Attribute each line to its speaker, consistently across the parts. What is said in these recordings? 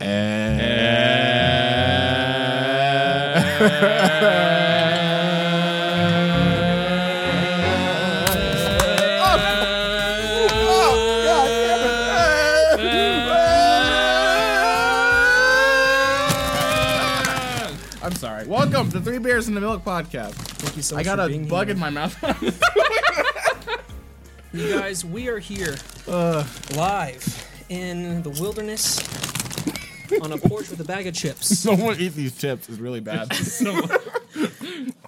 Speaker 1: Eh. I'm sorry. Welcome to Three Bears in the Milk podcast.
Speaker 2: Thank you so
Speaker 1: I
Speaker 2: much
Speaker 1: got
Speaker 2: for
Speaker 1: a
Speaker 2: being
Speaker 1: bug
Speaker 2: here.
Speaker 1: in my mouth.
Speaker 2: You guys, we are here
Speaker 1: Uh.
Speaker 2: live in the wilderness on a porch with a bag of chips.
Speaker 1: Someone eat these chips is really bad.
Speaker 2: I,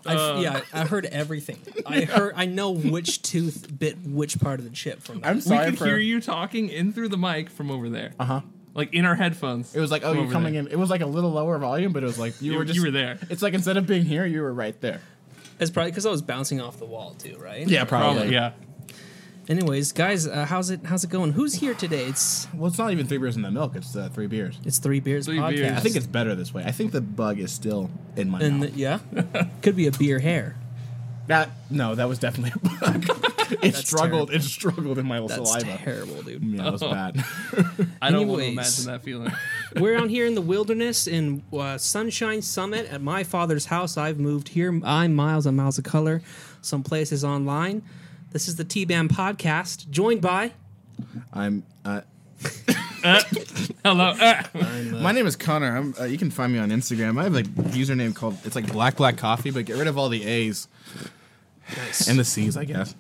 Speaker 1: Uh.
Speaker 2: yeah, I heard everything. I heard. I know which tooth bit which part of the chip from.
Speaker 1: I'm
Speaker 3: We
Speaker 1: sorry
Speaker 3: could
Speaker 1: for Uh-huh.
Speaker 3: hear you talking in through the mic from over there. Uh huh. Like in our headphones.
Speaker 1: It was like, oh, you're coming in. It was like a little lower volume, but it was like you,
Speaker 3: You-
Speaker 1: were just Oh,
Speaker 3: you were there.
Speaker 1: It's like instead of being here, you were right there.
Speaker 2: It's probably because I was bouncing off the wall too, right?
Speaker 3: Probably. Yeah.
Speaker 2: Anyways, guys, uh, how's it? How's it going? Who's here today? It's
Speaker 1: Well, it's not even three beers in the milk. It's uh, three beers.
Speaker 2: it's three beers
Speaker 3: Three
Speaker 2: podcast.
Speaker 3: Beers.
Speaker 1: I think it's better this way. I think the bug is still in my
Speaker 2: and
Speaker 1: mouth.
Speaker 2: the- yeah, could be a beer hair.
Speaker 1: that no, that was definitely a bug. it struggled. It struggled in my
Speaker 2: That's
Speaker 1: saliva.
Speaker 2: terrible, dude.
Speaker 1: Yeah, that was bad.
Speaker 3: I don't want to
Speaker 2: Anyways.
Speaker 3: imagine that feeling.
Speaker 2: We're out here in the wilderness in uh, Sunshine Summit at my father's house. I've moved here. I'm Miles. I'm Miles of Color. Some places online. This is the T Bam podcast, joined by
Speaker 1: I'm. Uh,
Speaker 3: Hello. Ah.
Speaker 1: my name is Connor. I'm, uh, you can find me on Instagram. I have a username called it's like Black Black Coffee, but get rid of all the A's
Speaker 2: nice.
Speaker 1: and the C's, I guess.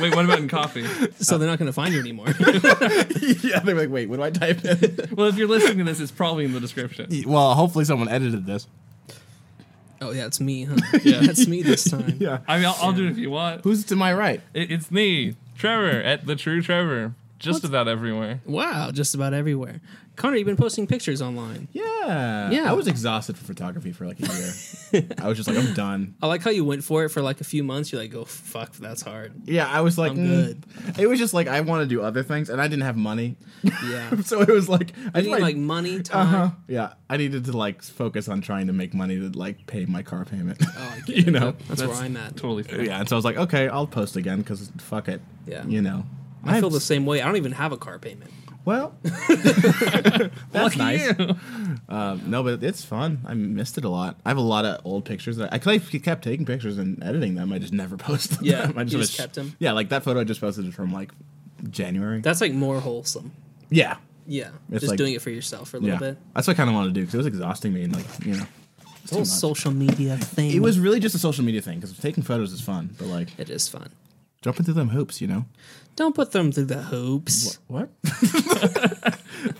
Speaker 3: Wait, what about in coffee?
Speaker 2: so they're not going to find you anymore.
Speaker 1: yeah, they're like, wait, what do I type in?
Speaker 3: Well, if you're listening to this, it's probably in the description.
Speaker 1: well, hopefully someone edited this.
Speaker 2: oh yeah, it's me. Huh?
Speaker 3: Yeah.
Speaker 2: That's me this time.
Speaker 1: Yeah.
Speaker 3: I mean, I'll, I'll do it if you want.
Speaker 1: Who's to my right?
Speaker 3: It, it's me, Trevor, at the True Trevor. Just about everywhere.
Speaker 2: Wow, just about everywhere. Connor, you've been posting pictures online.
Speaker 1: Yeah.
Speaker 2: Yeah.
Speaker 1: I was exhausted for photography for like a year. I was just like, I'm done.
Speaker 2: I like how you went for it for like a few months. You're like, oh fuck, that's hard.
Speaker 1: Yeah, I was like,
Speaker 2: I'm
Speaker 1: mm.
Speaker 2: good.
Speaker 1: It was just like I want to do other things, and I didn't have money,
Speaker 2: Yeah.
Speaker 1: so it was like I
Speaker 2: I need
Speaker 1: tried-
Speaker 2: like money, time.
Speaker 1: Uh-huh. Yeah, I needed to like focus on trying to make money to like pay my car payment.
Speaker 2: Oh, I get
Speaker 1: you
Speaker 2: it.
Speaker 1: know.
Speaker 2: That's, where I'm at.
Speaker 3: Totally fair.
Speaker 1: Yeah, and so I was like, okay, I'll post again because fuck it.
Speaker 2: Yeah.
Speaker 1: You know.
Speaker 2: I feel the same way. I don't even have a car payment.
Speaker 1: Well, that's nice. Um, no, but it's fun. I missed it a lot. I have a lot of old pictures. That I, I kept taking pictures and editing them. I just never posted them.
Speaker 2: Yeah,
Speaker 1: I
Speaker 2: you
Speaker 1: have a
Speaker 2: just kept them?
Speaker 1: Yeah, like that photo I just posted is from like January.
Speaker 2: That's like more wholesome.
Speaker 1: yeah,
Speaker 2: Yeah,
Speaker 1: It's
Speaker 2: just
Speaker 1: like-
Speaker 2: doing it for yourself for a
Speaker 1: yeah.
Speaker 2: little bit.
Speaker 1: That's what I kind of wanted to do because it was exhausting me and like you know, it's
Speaker 2: The
Speaker 1: too
Speaker 2: whole
Speaker 1: much.
Speaker 2: social media thing.
Speaker 1: It was really just a social media thing because taking photos is fun, but like
Speaker 2: It is fun.
Speaker 1: jumping through them hoops, you know.
Speaker 2: Don't put them through the hoops.
Speaker 1: What?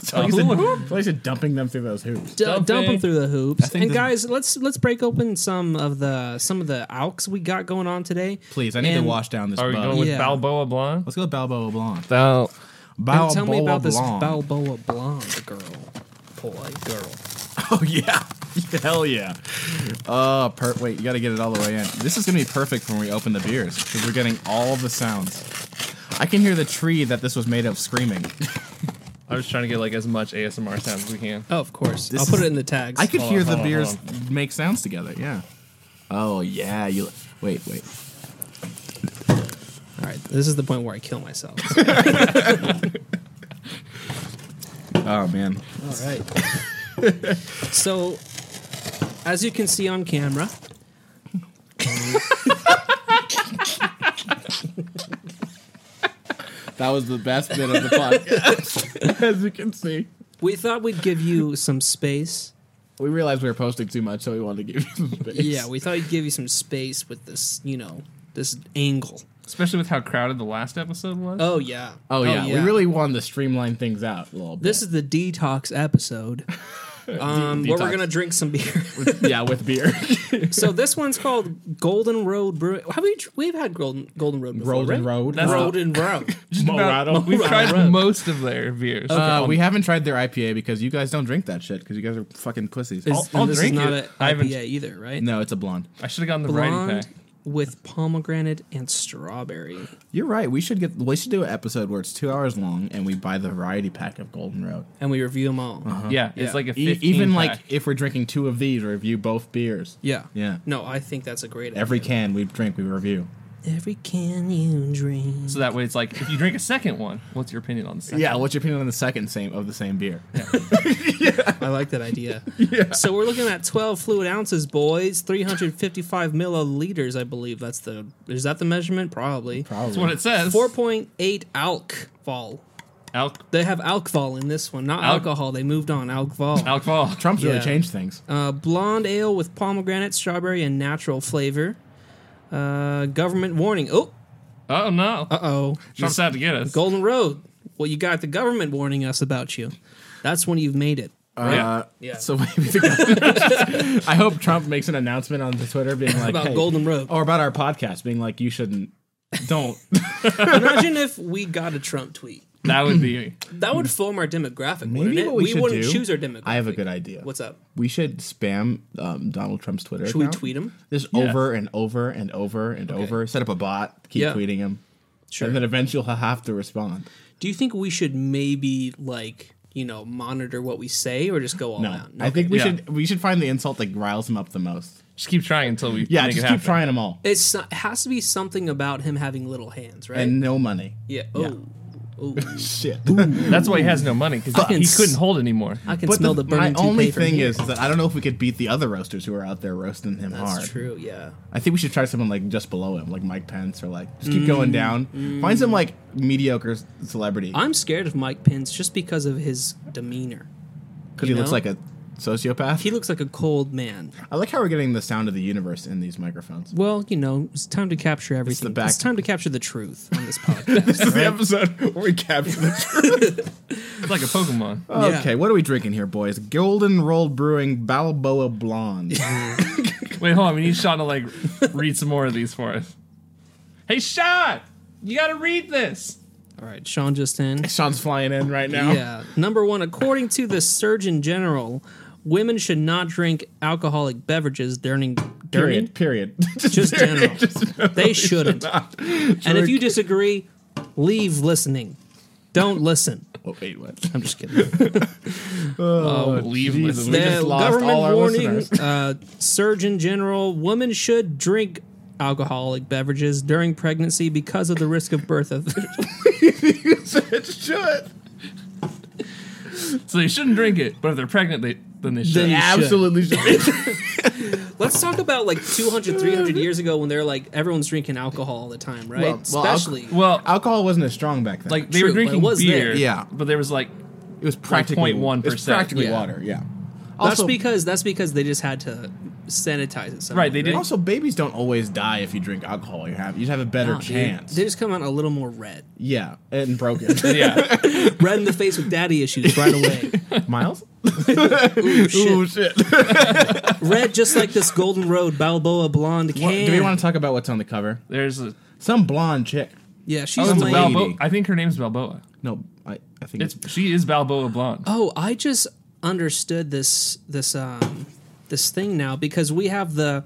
Speaker 1: so I
Speaker 3: hoop?
Speaker 1: said, said dumping them through those hoops.
Speaker 2: D- dump
Speaker 3: Dump
Speaker 2: them
Speaker 3: it.
Speaker 2: through the hoops.
Speaker 1: think
Speaker 2: And
Speaker 1: the-
Speaker 2: guys, let's let's break open some of the some of the alks we got going on today.
Speaker 1: Please, I need
Speaker 2: And-
Speaker 1: to wash down this.
Speaker 3: Are we
Speaker 1: bug.
Speaker 3: going with
Speaker 2: Yeah.
Speaker 3: Balboa Blonde?
Speaker 1: Let's go with Balboa Blonde.
Speaker 3: Bal-
Speaker 2: And
Speaker 1: Balboa
Speaker 2: tell me about this
Speaker 1: Blonde.
Speaker 2: Balboa blonde girl, boy, girl.
Speaker 1: Oh yeah, hell yeah. Uh, per- wait, you got to get it all the way in. This is gonna be perfect when we open the beers because we're getting all the sounds. I can hear the tree that this was made of screaming.
Speaker 3: I was trying to get like as much ASMR sound as we can.
Speaker 2: Oh, of course.
Speaker 1: This
Speaker 2: I'll put
Speaker 1: is-
Speaker 2: it in the tags.
Speaker 1: I could
Speaker 3: Hold
Speaker 1: hear
Speaker 3: on,
Speaker 1: the
Speaker 3: hold on,
Speaker 1: beers
Speaker 3: hold
Speaker 1: make sounds together. Yeah. Oh yeah. You wait, wait.
Speaker 2: All right, this is the point where I kill myself.
Speaker 1: Oh man.
Speaker 2: All right. so, as you can see on camera,
Speaker 1: That was the best bit of the podcast. As you can see,
Speaker 2: we thought we'd give you some space.
Speaker 1: we realized we were posting too much, so we wanted to give you some space.
Speaker 2: Yeah, we thought we'd give you some space with this, you know, this angle.
Speaker 3: Especially with how crowded the last episode was.
Speaker 2: Oh yeah.
Speaker 1: Oh yeah, we really wanted to streamline things out a little bit.
Speaker 2: This is the detox episode. Um, where we're
Speaker 1: detox.
Speaker 2: gonna drink some beer.
Speaker 1: yeah, with beer.
Speaker 2: so this one's called Golden Road Brewing. Have we? tr- We've had Golden Golden Road. Before,
Speaker 1: Road and
Speaker 2: right?
Speaker 1: road.
Speaker 3: That's-
Speaker 2: Road and Road.
Speaker 1: Morado.
Speaker 3: We've tried
Speaker 2: Road.
Speaker 3: most of their beers.
Speaker 1: Uh, we haven't tried their IPA because you guys don't drink that shit because you guys are fucking pussies. Oh,
Speaker 2: Is-
Speaker 3: I'll-
Speaker 2: and
Speaker 3: I'll
Speaker 2: this
Speaker 3: drink
Speaker 2: is not
Speaker 3: it.
Speaker 2: an
Speaker 3: I haven't-
Speaker 2: IPA either, right?
Speaker 1: no, it's a blonde.
Speaker 3: I should have gotten the variety
Speaker 2: Blonde
Speaker 3: pack.
Speaker 2: with pomegranate and strawberry.
Speaker 1: You're right. We should get. We should do an episode where it's two hours long and we buy the variety pack of Golden Road.
Speaker 2: and we review them all.
Speaker 3: Uh-huh. Yeah,
Speaker 2: Yeah.
Speaker 3: it's like a
Speaker 1: E-
Speaker 3: 15
Speaker 1: even
Speaker 3: pack.
Speaker 1: like if we're drinking two of these, review both beers.
Speaker 2: Yeah.
Speaker 1: Yeah.
Speaker 2: No, I think that's a great
Speaker 1: Every
Speaker 2: idea.
Speaker 1: can we drink, we review.
Speaker 2: Every can you dream.
Speaker 3: So that way, it's like if you drink a second one, what's your opinion on the second?
Speaker 1: Yeah, what's your opinion on the second same of the same beer?
Speaker 2: I like that idea. So we're looking at 12 fluid ounces, boys. 355 milliliters, I believe. That's the. Is that the measurement? Probably.
Speaker 1: Probably.
Speaker 3: That's what it says.
Speaker 2: 4.8 alcohol.
Speaker 3: Alc-
Speaker 2: They have alcohol in this one, not
Speaker 3: Al-
Speaker 2: alcohol. They moved on alcohol.
Speaker 3: alcohol.
Speaker 1: Trump's really
Speaker 2: Yeah.
Speaker 1: changed things.
Speaker 2: uh, blonde ale with pomegranate, strawberry, and natural flavor. Uh, government warning. Oh,
Speaker 3: Oh no!
Speaker 2: uh oh.
Speaker 3: Trump's out to get us.
Speaker 2: Golden Road. Well, you got the government warning us about you. That's when you've made it.
Speaker 1: Uh,
Speaker 2: Yeah.
Speaker 1: So maybe the government- I hope Trump makes an announcement on the Twitter being like
Speaker 2: About
Speaker 1: hey-
Speaker 2: Golden Road.
Speaker 1: or about our podcast being like you shouldn't don't
Speaker 2: Imagine if we got a Trump tweet.
Speaker 3: That would be.
Speaker 2: That would form our demographic, wouldn't
Speaker 1: Hmm. Maybe
Speaker 2: it?
Speaker 1: what we
Speaker 2: we
Speaker 1: should
Speaker 2: wouldn't
Speaker 1: do-
Speaker 2: choose our demographic.
Speaker 1: I have a good idea.
Speaker 2: What's up?
Speaker 1: we should spam um, Donald Trump's Twitter.
Speaker 2: Should we
Speaker 1: account.
Speaker 2: tweet him?
Speaker 1: Just over and over and over and over. Set up a bot, keep
Speaker 2: Yeah.
Speaker 1: tweeting him,
Speaker 2: Sure.
Speaker 1: and then eventually he'll have to respond.
Speaker 2: Do you think we should maybe like you know monitor what we say or just go all
Speaker 1: No,
Speaker 2: out?
Speaker 1: I think we
Speaker 3: Yeah.
Speaker 1: should we should find the insult that riles him up the most.
Speaker 3: Just keep trying until we.
Speaker 1: Yeah,
Speaker 3: make
Speaker 1: just
Speaker 3: it
Speaker 1: keep
Speaker 3: happen.
Speaker 1: trying them all
Speaker 2: it's it has to be something about him having little hands, right?
Speaker 1: and no money.
Speaker 2: yeah. Oh, oh.
Speaker 1: Shit.
Speaker 3: That's why he has no money because
Speaker 2: can
Speaker 3: he
Speaker 2: s-
Speaker 3: couldn't hold anymore.
Speaker 2: I can smell the,
Speaker 1: my
Speaker 2: burning.
Speaker 1: only
Speaker 2: toupee from
Speaker 1: thing
Speaker 2: here.
Speaker 1: is that I don't know if we could beat the other roasters who are out there roasting him
Speaker 2: that's
Speaker 1: hard.
Speaker 2: true. Yeah.
Speaker 1: I think we should try someone like just below him, like Mike Pence, or like just
Speaker 2: Mm.
Speaker 1: keep going down. Find some like mediocre s- celebrity
Speaker 2: I'm scared of Mike Pence just because of his demeanor.
Speaker 1: because he
Speaker 2: you
Speaker 1: looks
Speaker 2: know?
Speaker 1: like a sociopath.
Speaker 2: He looks like a cold man.
Speaker 1: I like how we're getting the sound of the universe in these microphones.
Speaker 2: Well, you know, it's time to capture everything. It's,
Speaker 1: back-
Speaker 2: time to capture the truth on this podcast.
Speaker 1: This is the episode where we capture the
Speaker 3: It's like a Pokemon.
Speaker 2: Yeah.
Speaker 1: Okay, what are we drinking here, boys? Golden Rolled Brewing Balboa Blonde.
Speaker 3: Wait, hold on. We need Sean to like read some more of these for us. Hey, Sean, you got to read this.
Speaker 2: all right, Sean just in.
Speaker 1: Sean's flying in right now.
Speaker 2: Yeah. Number one, according to the Surgeon General, women should not drink alcoholic beverages during during
Speaker 1: Period. Period. Just,
Speaker 2: just
Speaker 1: period.
Speaker 2: general. they shouldn't. and if
Speaker 1: Drink-
Speaker 2: you disagree, leave listening. Don't listen.
Speaker 1: Oh, wait, what?
Speaker 2: I'm just kidding.
Speaker 1: Oh,
Speaker 3: leave
Speaker 1: Jesus,
Speaker 3: listen.
Speaker 1: we
Speaker 2: The
Speaker 1: just lost
Speaker 2: government
Speaker 1: all our
Speaker 2: warning,
Speaker 1: listeners.
Speaker 2: uh, Surgeon General, women should drink alcoholic beverages during pregnancy because of the risk of birth. Of
Speaker 1: it should.
Speaker 3: So they shouldn't drink it, but if they're pregnant, they then they should.
Speaker 2: Then-
Speaker 1: Absolutely should.
Speaker 2: Let's talk about like 200, 300 years ago when they're like everyone's drinking alcohol all the time, right?
Speaker 1: Well- well, alco-
Speaker 2: Especially
Speaker 3: well,
Speaker 1: Alcohol wasn't as strong back then.
Speaker 3: like they
Speaker 2: Ah, True, but
Speaker 3: were
Speaker 2: it
Speaker 3: drinking
Speaker 2: was
Speaker 3: beer.
Speaker 2: there.
Speaker 1: Yeah.
Speaker 3: but there was like
Speaker 1: it was practically
Speaker 3: 0.1%.
Speaker 1: It's practically
Speaker 2: Yeah.
Speaker 1: water. Yeah.
Speaker 2: that's
Speaker 1: Also,
Speaker 2: because that's because they just had to sanitize it. somehow,
Speaker 3: Right, they didn't-
Speaker 1: also babies don't always die if you drink alcohol. You have you'd have a better
Speaker 2: Nah, dude,
Speaker 1: chance.
Speaker 2: They just come out a little more red,
Speaker 1: yeah, and broken.
Speaker 3: yeah.
Speaker 2: red in the face with daddy issues right away.
Speaker 1: Miles.
Speaker 2: Ooh, Oh, shit.
Speaker 1: shit.
Speaker 2: Red, just like this Golden Road Balboa blonde can.
Speaker 1: What- do we want to talk about what's on the cover?
Speaker 3: There's a
Speaker 1: Some blonde chick.
Speaker 2: yeah, she's
Speaker 3: oh, it's
Speaker 2: lame.
Speaker 3: Balboa. I think her name's Balboa.
Speaker 1: No, I, I think
Speaker 3: It's she is Balboa blonde.
Speaker 2: Oh, I just understood this this um this thing now because we have the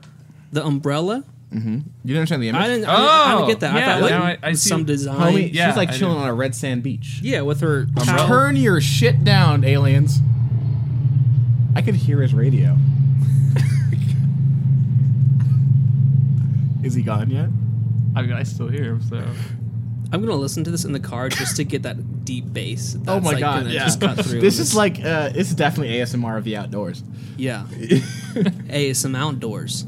Speaker 2: the umbrella.
Speaker 1: you didn't understand the image.
Speaker 2: I didn't, I, didn't, I didn't
Speaker 3: Oh,
Speaker 2: get that.
Speaker 3: yeah,
Speaker 2: I thought
Speaker 3: now
Speaker 2: like
Speaker 3: I- I see.
Speaker 2: some design.
Speaker 1: Homie,
Speaker 3: yeah,
Speaker 1: she's like
Speaker 3: I
Speaker 1: chilling
Speaker 3: do.
Speaker 1: on a red sand beach.
Speaker 2: Yeah, with her towel.
Speaker 1: Turn your shit down, aliens. I could hear his radio. Is he gone yet?
Speaker 3: I mean, I still hear him. So
Speaker 2: I'm gonna listen to this in the car just to get that deep bass. That's
Speaker 1: oh my
Speaker 2: like
Speaker 1: god!
Speaker 2: gonna
Speaker 1: Yeah.
Speaker 2: just cut through
Speaker 1: this is
Speaker 2: and it's-
Speaker 1: like uh, this is definitely ASMR of the outdoors.
Speaker 2: yeah. hey, some outdoors.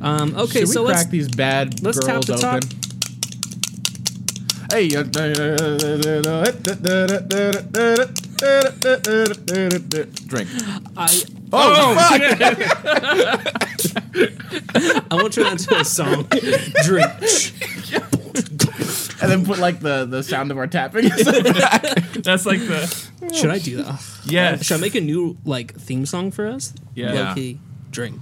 Speaker 2: Um,
Speaker 1: Should
Speaker 2: okay,
Speaker 1: we
Speaker 2: so
Speaker 1: crack
Speaker 2: let's
Speaker 1: these bad
Speaker 2: let's tap
Speaker 1: girls
Speaker 2: the top.
Speaker 1: open? Hey, uh, drink.
Speaker 2: I
Speaker 1: Oh,
Speaker 2: I want to turn that into a song. Drink.
Speaker 1: and then put like the the sound of our tapping. That's
Speaker 3: that's like the
Speaker 2: Should I do that?
Speaker 3: yes.
Speaker 2: Should I make a new like theme song for us?
Speaker 3: Yeah.
Speaker 2: Low key. Drink.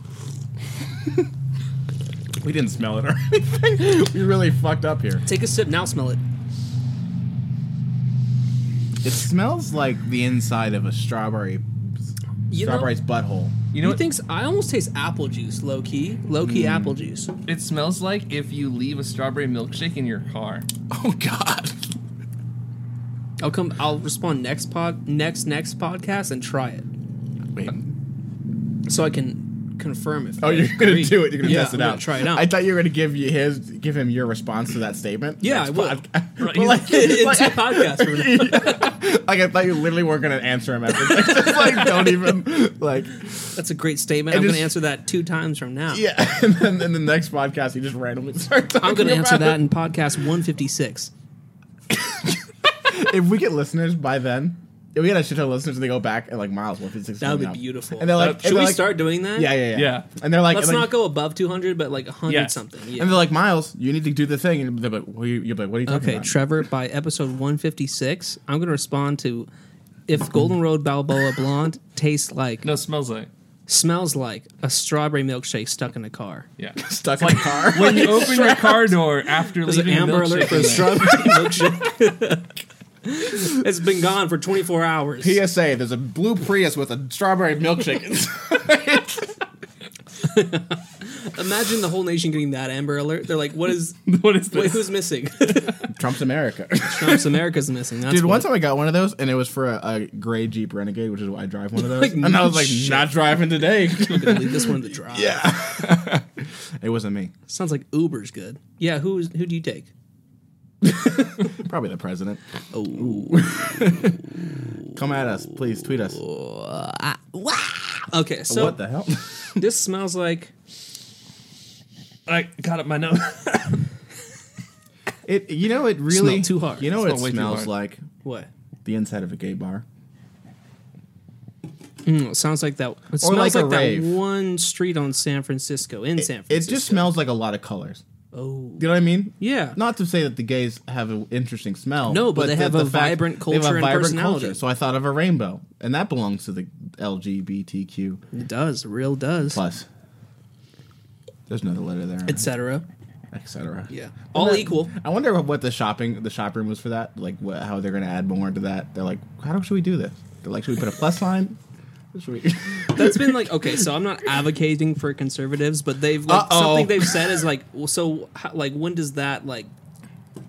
Speaker 1: We didn't smell it or anything. We really fucked up here.
Speaker 2: Take a sip now. Smell it.
Speaker 1: It smells like the inside of a strawberry
Speaker 2: You know,
Speaker 1: strawberry's butthole.
Speaker 3: you know
Speaker 2: you
Speaker 3: what?
Speaker 2: think I almost taste apple juice. Low key. Low key
Speaker 1: Mm.
Speaker 2: apple juice.
Speaker 3: It smells like if you leave a strawberry milkshake in your car.
Speaker 1: Oh god.
Speaker 2: I'll come. I'll respond next pod next next podcast and try it
Speaker 1: Wait.
Speaker 2: so I can confirm if.
Speaker 1: Oh,
Speaker 2: I
Speaker 1: you're gonna
Speaker 2: agree.
Speaker 1: do it. You're gonna
Speaker 2: Yeah,
Speaker 1: test it
Speaker 2: I'm gonna
Speaker 1: out.
Speaker 2: Try it out.
Speaker 1: I thought you were gonna give you his, give him your response to that statement.
Speaker 2: Yeah,
Speaker 1: Next
Speaker 2: I will.
Speaker 1: podca-
Speaker 3: Right,
Speaker 1: But like,
Speaker 2: in
Speaker 1: like-
Speaker 2: two podcasts. from now.
Speaker 1: like, I thought you literally weren't gonna answer him. After this. Just, like, don't even like.
Speaker 2: That's a great statement.
Speaker 1: It
Speaker 2: I'm going
Speaker 1: is-
Speaker 2: to answer that two times from now.
Speaker 1: Yeah, and then in the next podcast, he just randomly starts.
Speaker 2: I'm going to
Speaker 1: talking
Speaker 2: answer
Speaker 1: about
Speaker 2: that in podcast 156.
Speaker 1: it. If we get listeners by then, if we get a shit ton of listeners, and they go back and like Miles, what is this?
Speaker 2: That would
Speaker 1: coming
Speaker 2: be
Speaker 1: up?
Speaker 2: beautiful.
Speaker 1: And they're like, and
Speaker 2: should
Speaker 1: they're
Speaker 2: we
Speaker 1: like-
Speaker 2: start doing that?
Speaker 1: Yeah, yeah, yeah.
Speaker 3: Yeah.
Speaker 1: And they're like,
Speaker 2: Let's
Speaker 1: and like-
Speaker 2: not go above 200, but like 100
Speaker 3: Yes.
Speaker 2: something.
Speaker 1: And
Speaker 2: Yeah.
Speaker 1: they're like, Miles, you need to do the thing. And they're like, what are you, you're like, what are you talking
Speaker 2: Okay,
Speaker 1: about?
Speaker 2: Trevor, by episode 156, I'm going to respond to if Golden Road Balboa Blonde tastes like,
Speaker 3: No, smells like.
Speaker 2: smells like a strawberry milkshake stuck in a car.
Speaker 3: Yeah.
Speaker 1: Stuck in a car.
Speaker 3: When you open your car door after
Speaker 2: There's an
Speaker 3: leaving
Speaker 2: amber
Speaker 3: a
Speaker 2: alert
Speaker 3: milkshake
Speaker 2: for a
Speaker 3: in there.
Speaker 2: strawberry milkshake. it's been gone for 24 hours.
Speaker 1: PSA: There's a blue Prius with a strawberry milkshake.
Speaker 2: Imagine the whole nation getting that amber alert. They're like, what is,
Speaker 3: What is
Speaker 2: wait,
Speaker 3: this?
Speaker 2: who's missing?
Speaker 1: Trump's America.
Speaker 2: Trump's America's missing. That's
Speaker 1: Dude,
Speaker 2: what
Speaker 1: one time I got one of those, and it was for a, a gray Jeep Renegade, which is why I drive one of those.
Speaker 2: Like,
Speaker 1: and I was like,
Speaker 2: shit.
Speaker 1: not driving today.
Speaker 2: I'm gonna leave this one to dry.
Speaker 1: yeah. it wasn't me.
Speaker 2: Sounds like Uber's good. Yeah, who's who do you take?
Speaker 1: Probably the president.
Speaker 2: Oh.
Speaker 1: Come at us, please. Tweet us.
Speaker 2: Okay, so
Speaker 1: what the hell?
Speaker 2: this smells like
Speaker 3: I got up my nose.
Speaker 1: It. You know, it really.
Speaker 2: Smelled too hard.
Speaker 1: You know what
Speaker 3: Smelled way
Speaker 1: it
Speaker 3: too
Speaker 1: smells
Speaker 3: hard.
Speaker 1: like?
Speaker 2: what?
Speaker 1: The inside of a gay bar.
Speaker 2: Mm, it sounds like that. It
Speaker 1: Or
Speaker 2: smells
Speaker 1: like
Speaker 2: like,
Speaker 1: a
Speaker 2: that
Speaker 1: rave.
Speaker 2: one street on San Francisco in San
Speaker 1: It
Speaker 2: Francisco.
Speaker 1: just smells like a lot of colors.
Speaker 2: Oh.
Speaker 1: You know what I mean?
Speaker 2: Yeah.
Speaker 1: Not to say that the gays have an interesting smell.
Speaker 2: No, but they
Speaker 1: the-
Speaker 2: have
Speaker 1: the
Speaker 2: a
Speaker 1: fact-
Speaker 2: vibrant
Speaker 1: they have
Speaker 2: culture
Speaker 1: a
Speaker 2: and
Speaker 1: vibrant
Speaker 2: personality.
Speaker 1: culture. So I thought of a rainbow, and that belongs to the LGBTQ
Speaker 2: It does, real does.
Speaker 1: plus. There's another letter there,
Speaker 2: Etc.
Speaker 1: etc.
Speaker 2: Yeah. All equal.
Speaker 1: I wonder what the shopping the shop room was for that. Like what, how they're going to add more to that. They're like, how do- should we do this? They're like, should we put a plus sign? Should we?
Speaker 2: That's been like okay, so I'm not advocating for conservatives, but they've like
Speaker 1: Uh-oh.
Speaker 2: something they've said is like, well, so how, like when does that like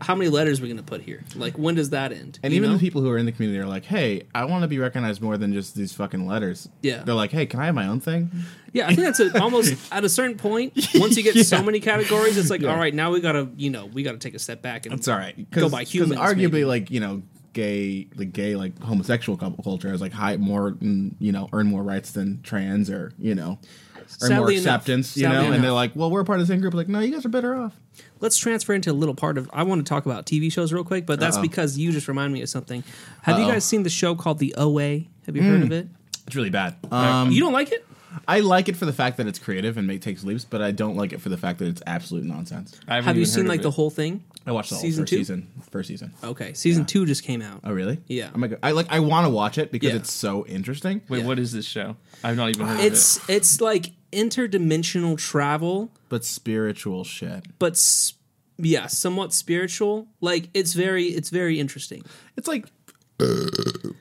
Speaker 2: how many letters are we gonna put here? Like when does that end?
Speaker 1: And
Speaker 2: You
Speaker 1: even
Speaker 2: know?
Speaker 1: the people who are in the community are like, hey, I want to be recognized more than just these fucking letters.
Speaker 2: Yeah.
Speaker 1: They're like, hey, can I have my own thing?
Speaker 2: Yeah, I think that's a, almost at a certain point. Once you get so many categories, it's like,
Speaker 1: Yeah.
Speaker 2: all right, now we gotta, you know, we gotta take a step back and
Speaker 1: It's all right.
Speaker 2: Go by humans,
Speaker 1: Arguably,
Speaker 2: maybe.
Speaker 1: like you know, gay, the gay like homosexual couple culture is like high more, mm, you know, earn more rights than trans or you know, earn more
Speaker 2: Sadly enough.
Speaker 1: acceptance. You
Speaker 2: Sadly
Speaker 1: know,
Speaker 2: enough.
Speaker 1: and they're like, well, we're part of the same group. Like, no, you guys are better off.
Speaker 2: Let's transfer into a little part of. I want to talk about TV shows real quick, but that's
Speaker 1: Uh-oh.
Speaker 2: because you just remind me of something. Have you
Speaker 1: Uh-oh.
Speaker 2: guys seen the show called The OA? Have you heard of it?
Speaker 1: It's really bad. Um,
Speaker 2: you don't like it?
Speaker 1: I like it for the fact that it's creative and make, takes leaps, but I don't like it for the fact that it's absolute nonsense.
Speaker 3: I haven't
Speaker 2: Have you
Speaker 3: even heard
Speaker 2: seen
Speaker 3: of
Speaker 2: like
Speaker 3: it.
Speaker 2: the whole thing?
Speaker 1: I watched the whole
Speaker 2: Season
Speaker 1: first
Speaker 2: two?
Speaker 1: season. First season.
Speaker 2: Okay, season two just came out.
Speaker 1: Oh really?
Speaker 2: Yeah.
Speaker 1: I'm like, I like. I want to watch it because
Speaker 2: Yeah.
Speaker 1: it's so interesting.
Speaker 3: Wait, what is this show? I've not even heard of
Speaker 2: It's it's like interdimensional travel,
Speaker 1: But spiritual shit.
Speaker 2: but s- yeah, somewhat spiritual. Like it's very it's very interesting.
Speaker 1: It's like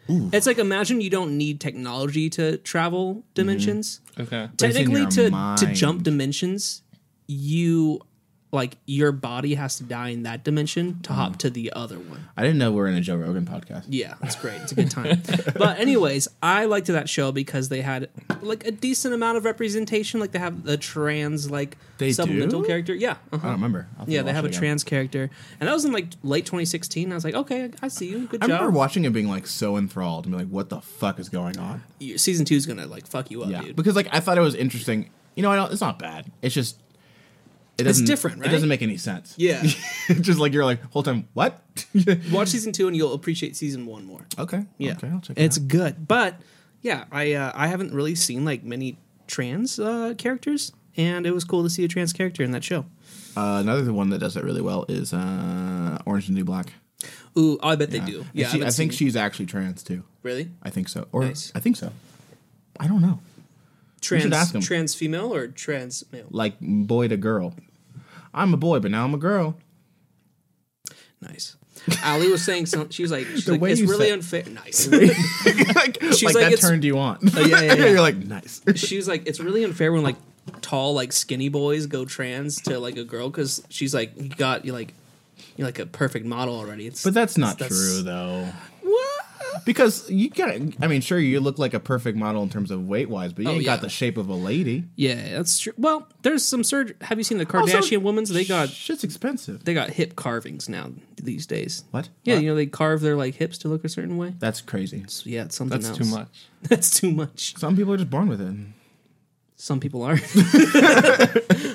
Speaker 2: It's like imagine you don't need technology to travel dimensions.
Speaker 3: it. Okay.
Speaker 1: Mm-hmm. it's in
Speaker 2: Technically,
Speaker 1: your
Speaker 2: to to
Speaker 1: mind.
Speaker 2: jump dimensions, you like your body has to die in that dimension to
Speaker 1: Mm.
Speaker 2: hop to the other one.
Speaker 1: I didn't know we are in a Joe Rogan podcast.
Speaker 2: Yeah, it's great. It's a good time. but anyways, I liked that show because they had like a decent amount of representation. Like they have a trans like
Speaker 1: They
Speaker 2: supplemental
Speaker 1: do?
Speaker 2: character. Yeah.
Speaker 1: I
Speaker 2: uh-huh.
Speaker 1: don't remember. I'll have to
Speaker 2: Yeah, they
Speaker 1: watch
Speaker 2: have
Speaker 1: it
Speaker 2: a
Speaker 1: again.
Speaker 2: trans character, and that was in like late 2016. I was like, okay, I see you. Good
Speaker 1: I
Speaker 2: job.
Speaker 1: remember watching it being like so enthralled and be like, what the fuck is going on?
Speaker 2: Your- Season two is gonna like fuck you up, dude.
Speaker 1: Because like I thought it was interesting. You know, I don't, it's not bad. It's just it
Speaker 2: It's
Speaker 1: doesn't-
Speaker 2: different, right?
Speaker 1: It doesn't make any sense.
Speaker 2: Yeah.
Speaker 1: It's just like you're like whole time, what?
Speaker 2: Watch season two, and you'll appreciate season one more.
Speaker 1: okay.
Speaker 2: Yeah,
Speaker 1: Okay, I'll check
Speaker 2: it's
Speaker 1: it
Speaker 2: good, but yeah, I uh, I haven't really seen like many trans uh, characters, and it was cool to see a trans character in that show.
Speaker 1: out. Uh, another one that does it really well is uh Orange and New Black.
Speaker 2: Ooh, I bet they do.
Speaker 1: And
Speaker 2: Yeah,
Speaker 1: she- I,
Speaker 2: haven't
Speaker 1: think
Speaker 2: seen-
Speaker 1: she's actually trans too.
Speaker 2: really
Speaker 1: I think so. Or
Speaker 2: Nice.
Speaker 1: I think so. I don't know.
Speaker 2: trans
Speaker 1: ask 'em.
Speaker 2: trans female or trans male.
Speaker 1: Like boy to girl. I'm a boy, but now I'm a girl.
Speaker 2: Nice. Ali was saying something. She was like, she's
Speaker 1: The
Speaker 2: like
Speaker 1: way
Speaker 2: it's
Speaker 1: you
Speaker 2: really
Speaker 1: say-
Speaker 2: unfair. Nice.
Speaker 1: like, like,
Speaker 2: like,
Speaker 1: that
Speaker 2: it's-
Speaker 1: turn do you want?
Speaker 2: yeah, yeah, yeah.
Speaker 1: you're like nice.
Speaker 2: she was like, it's really unfair when like tall like skinny boys go trans to like a girl because she's like, you got you like. You're like a perfect model already. It's,
Speaker 1: But that's not
Speaker 2: that's-
Speaker 1: true, though.
Speaker 2: What?
Speaker 1: Because you gotta, I mean, sure, you look like a perfect model in terms of weight wise, but you
Speaker 2: Oh,
Speaker 1: ain't
Speaker 2: yeah.
Speaker 1: got the shape of a lady.
Speaker 2: Yeah, that's true. Well, there's some surgery. Have you seen the Kardashian women's? They got
Speaker 1: shit's expensive.
Speaker 2: they got hip carvings now these days.
Speaker 1: What?
Speaker 2: Yeah,
Speaker 1: What?
Speaker 2: you know they carve their like hips to look a certain way.
Speaker 1: That's crazy.
Speaker 2: So, yeah, it's something
Speaker 3: That's
Speaker 2: else.
Speaker 3: too much.
Speaker 2: That's too much.
Speaker 1: Some people are just born with it.
Speaker 2: Some people are.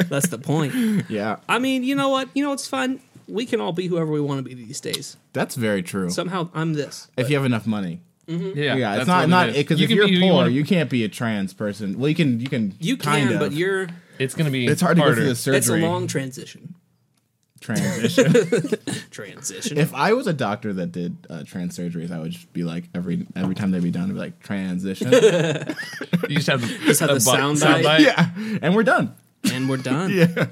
Speaker 2: that's the point.
Speaker 1: Yeah,
Speaker 2: I mean, you know what? You know what's fun? We can all be whoever we want to be these days.
Speaker 1: that's very true.
Speaker 2: Somehow I'm this.
Speaker 1: if you have enough money.
Speaker 3: Yeah,
Speaker 1: Yeah,
Speaker 3: that's
Speaker 1: it's
Speaker 3: what
Speaker 1: not
Speaker 3: it
Speaker 1: not
Speaker 3: is.
Speaker 1: because
Speaker 3: You
Speaker 1: if
Speaker 3: can
Speaker 1: you're
Speaker 3: be who
Speaker 1: poor, you,
Speaker 3: wanna-
Speaker 1: can't be a trans person. Well, you can, you can,
Speaker 2: You
Speaker 1: kind
Speaker 2: can,
Speaker 1: of.
Speaker 2: but you're
Speaker 3: it's gonna be.
Speaker 1: It's hard to
Speaker 3: harder.
Speaker 1: go through the surgery
Speaker 2: it's a long transition.
Speaker 1: transition.
Speaker 2: Transition.
Speaker 1: if I was a doctor that did uh, trans surgeries, I would just be like every every time they'd be done, I'd be like transition.
Speaker 3: You just have the,
Speaker 2: have the
Speaker 3: a bu-
Speaker 2: sound bite.
Speaker 3: bite.
Speaker 1: yeah, and we're done.
Speaker 2: and we're done. yeah.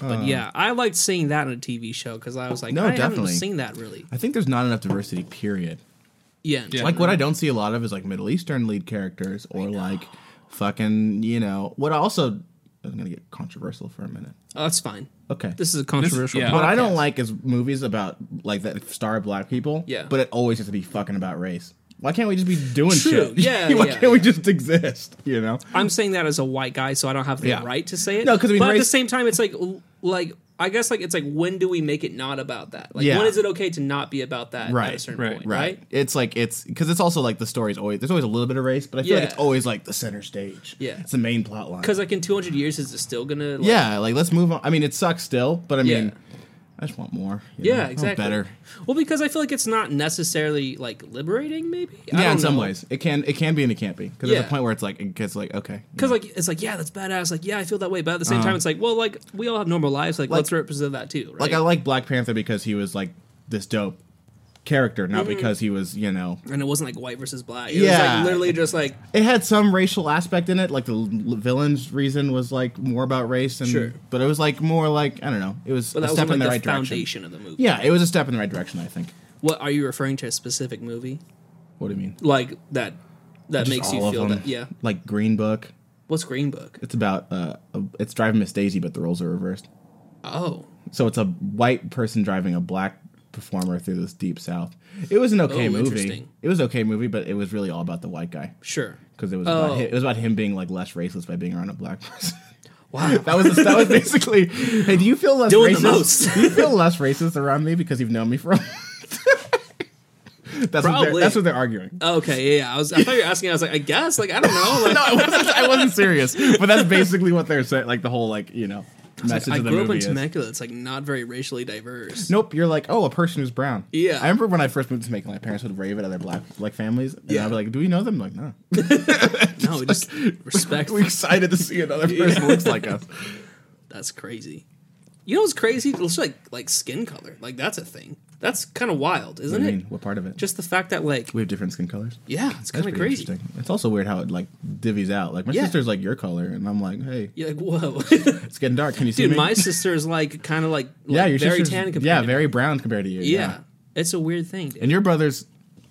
Speaker 2: But yeah, I liked seeing that on a TV show because I was like,
Speaker 1: Um, No,
Speaker 2: I haven't
Speaker 1: definitely.
Speaker 2: seen that really.
Speaker 1: I think there's not enough diversity. Period.
Speaker 2: Yeah,
Speaker 3: Yeah.
Speaker 1: Like what I don't see a lot of is like Middle Eastern lead characters or like fucking you know what. I also I'm gonna get controversial for a minute.
Speaker 2: Oh, that's fine.
Speaker 1: Okay.
Speaker 2: This is a controversial.
Speaker 3: yeah.
Speaker 2: podcast.
Speaker 1: what I don't like is movies about like that star black people.
Speaker 2: Yeah.
Speaker 1: But it always has to be fucking about race. Why can't we just be doing
Speaker 2: True.
Speaker 1: shit?
Speaker 2: Yeah,
Speaker 1: Why
Speaker 2: yeah,
Speaker 1: can't we
Speaker 2: yeah.
Speaker 1: just exist? You know.
Speaker 2: I'm saying that as a white guy, so I don't have the
Speaker 1: Yeah.
Speaker 2: right to say it.
Speaker 1: No, 'cause I mean,
Speaker 2: but at the
Speaker 1: race-
Speaker 2: same time, it's like, l- like I guess, like it's like, when do we make it not about that? Like,
Speaker 1: Yeah.
Speaker 2: when is it okay to not be about that? at a
Speaker 1: Right,
Speaker 2: certain
Speaker 3: right,
Speaker 2: point,
Speaker 1: Right.
Speaker 2: right?
Speaker 1: It's like it's because it's also like the story's always there's always a little bit of race, but I feel
Speaker 2: Yeah.
Speaker 1: like it's always like the center stage.
Speaker 2: Yeah.
Speaker 1: It's the main plot line.
Speaker 2: Because like in 200 years, is it still gonna? Like,
Speaker 1: yeah, like let's move on. I mean, it sucks still, but I mean,
Speaker 2: Yeah.
Speaker 1: I just want more. you know? I
Speaker 2: Yeah,
Speaker 1: want
Speaker 2: exactly.
Speaker 1: Oh, Better.
Speaker 2: Well, because I feel like it's not necessarily like liberating, maybe. I
Speaker 1: Yeah,
Speaker 2: don't
Speaker 1: in some
Speaker 2: know.
Speaker 1: ways, it can it can be and it can't be because there's
Speaker 2: Yeah.
Speaker 1: a point where it's like it gets like okay,
Speaker 2: Because like it's like yeah, that's badass. Like yeah, I feel that way. But at the same time, it's like well, like we all have normal lives. Like, let's represent that too. Right?
Speaker 1: Uh-huh. like I like Black Panther because he was like this dope character, not
Speaker 2: Mm-hmm.
Speaker 1: because he was you know
Speaker 2: and it wasn't like white versus black. It was
Speaker 1: Yeah.
Speaker 2: like literally just like
Speaker 1: it had some racial aspect in it. Like the l- villain's reason was like more about race, and
Speaker 2: Sure.
Speaker 1: but it was like more like I don't know, it was a
Speaker 2: but that was
Speaker 1: step
Speaker 2: like
Speaker 1: in the
Speaker 2: the
Speaker 1: right direction.
Speaker 2: foundation of the movie.
Speaker 1: Yeah, it was a step in the right direction, I think.
Speaker 2: What are you referring to a specific movie
Speaker 1: What do you mean?
Speaker 2: like that that
Speaker 1: Just
Speaker 2: makes
Speaker 1: all
Speaker 2: you
Speaker 1: of
Speaker 2: feel
Speaker 1: them.
Speaker 2: that? Yeah.
Speaker 1: Like Green Book.
Speaker 2: What's Green Book?
Speaker 1: It's about uh, a- it's driving Miss Daisy, but the roles are reversed.
Speaker 2: Oh,
Speaker 1: So it's a white person driving a black performer through this deep south. It was an okay
Speaker 2: Oh,
Speaker 1: movie.
Speaker 2: interesting.
Speaker 1: It was an okay movie, but it was really all about the white guy
Speaker 2: sure.
Speaker 1: because it was
Speaker 2: Oh.
Speaker 1: about him, it was about him being like less racist by being around a black person.
Speaker 2: Wow.
Speaker 1: That was that was basically. Hey, do you feel less
Speaker 2: Doing the
Speaker 1: racist?
Speaker 2: most.
Speaker 1: do you feel less racist around me because you've known me for? a that's what
Speaker 2: Probably.
Speaker 1: they're, that's what they're arguing.
Speaker 2: okay. Yeah. yeah. I was. I thought you were asking. I was like. I guess. Like I don't know. Like,
Speaker 1: no, I wasn't. I wasn't serious. But that's basically what they're saying. Like the whole like you know message
Speaker 2: I
Speaker 1: of the
Speaker 2: grew up
Speaker 1: movie
Speaker 2: in
Speaker 1: is.
Speaker 2: Temecula. It's like not very racially diverse.
Speaker 1: Nope, you're like, oh, a person who's brown.
Speaker 2: Yeah.
Speaker 1: I remember when I first moved to Jamaica, my parents would rave at other black like families, and
Speaker 2: Yeah.
Speaker 1: I'd be like, do we know them? Like, no.
Speaker 2: No, we just respect.
Speaker 1: We're excited to see another person who looks like us.
Speaker 2: That's crazy. You know what's crazy? It looks like like skin color. Like that's a thing. That's kind of wild,
Speaker 1: I
Speaker 2: isn't it?
Speaker 1: mean, what part of it?
Speaker 2: Just the fact that like
Speaker 1: we have different skin colors.
Speaker 2: yeah, it's
Speaker 1: That's
Speaker 2: kind of
Speaker 1: pretty
Speaker 2: crazy.
Speaker 1: interesting. It's also weird how it like divvies out. Like my
Speaker 2: Yeah.
Speaker 1: sister's like your color, and I'm like, hey,
Speaker 2: You're like whoa,
Speaker 1: it's getting dark. Can you see
Speaker 2: dude.
Speaker 1: me?
Speaker 2: My sister is like kind of like, like
Speaker 1: yeah, your
Speaker 2: very
Speaker 1: sister's-
Speaker 2: tan compared.
Speaker 1: Yeah,
Speaker 2: to-
Speaker 1: very brown compared to you.
Speaker 2: yeah.
Speaker 1: Yeah.
Speaker 2: It's a weird thing. Dude.
Speaker 1: And your brother's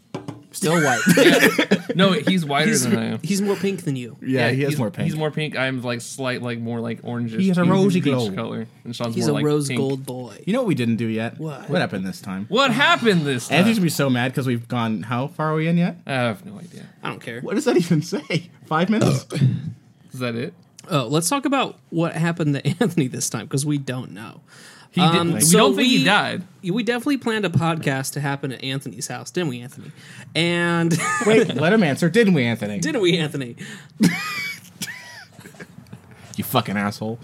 Speaker 1: still white. yeah,
Speaker 3: No, he's whiter
Speaker 2: He's,
Speaker 3: than I am.
Speaker 2: he's more pink than you.
Speaker 1: he has
Speaker 3: he's-
Speaker 1: more pink.
Speaker 3: He's more pink. I'm like slight, like more like orangish.
Speaker 1: He has a
Speaker 3: pink,
Speaker 1: rosy
Speaker 3: peach
Speaker 1: glow.
Speaker 3: color, and Sean's
Speaker 2: He's
Speaker 3: more
Speaker 2: a
Speaker 3: like
Speaker 2: rose
Speaker 3: pink.
Speaker 2: gold boy.
Speaker 1: you know what we didn't do yet?
Speaker 2: What?
Speaker 1: What happened this time?
Speaker 3: What happened this time?
Speaker 1: Andrew's gonna be so mad because we've gone. How far are we in yet?
Speaker 3: I have no idea.
Speaker 2: I don't care.
Speaker 1: What does that even say? Five minutes?
Speaker 3: Is that it?
Speaker 2: Oh, let's talk about what happened to Anthony this time because we don't know.
Speaker 3: He
Speaker 2: Um,
Speaker 3: did. We
Speaker 2: so
Speaker 3: don't think
Speaker 2: we-
Speaker 3: he died.
Speaker 2: We definitely planned a podcast to happen at Anthony's house, didn't we, Anthony? And
Speaker 1: Wait, let him answer, didn't we, Anthony?
Speaker 2: didn't we, Anthony?
Speaker 1: you fucking asshole.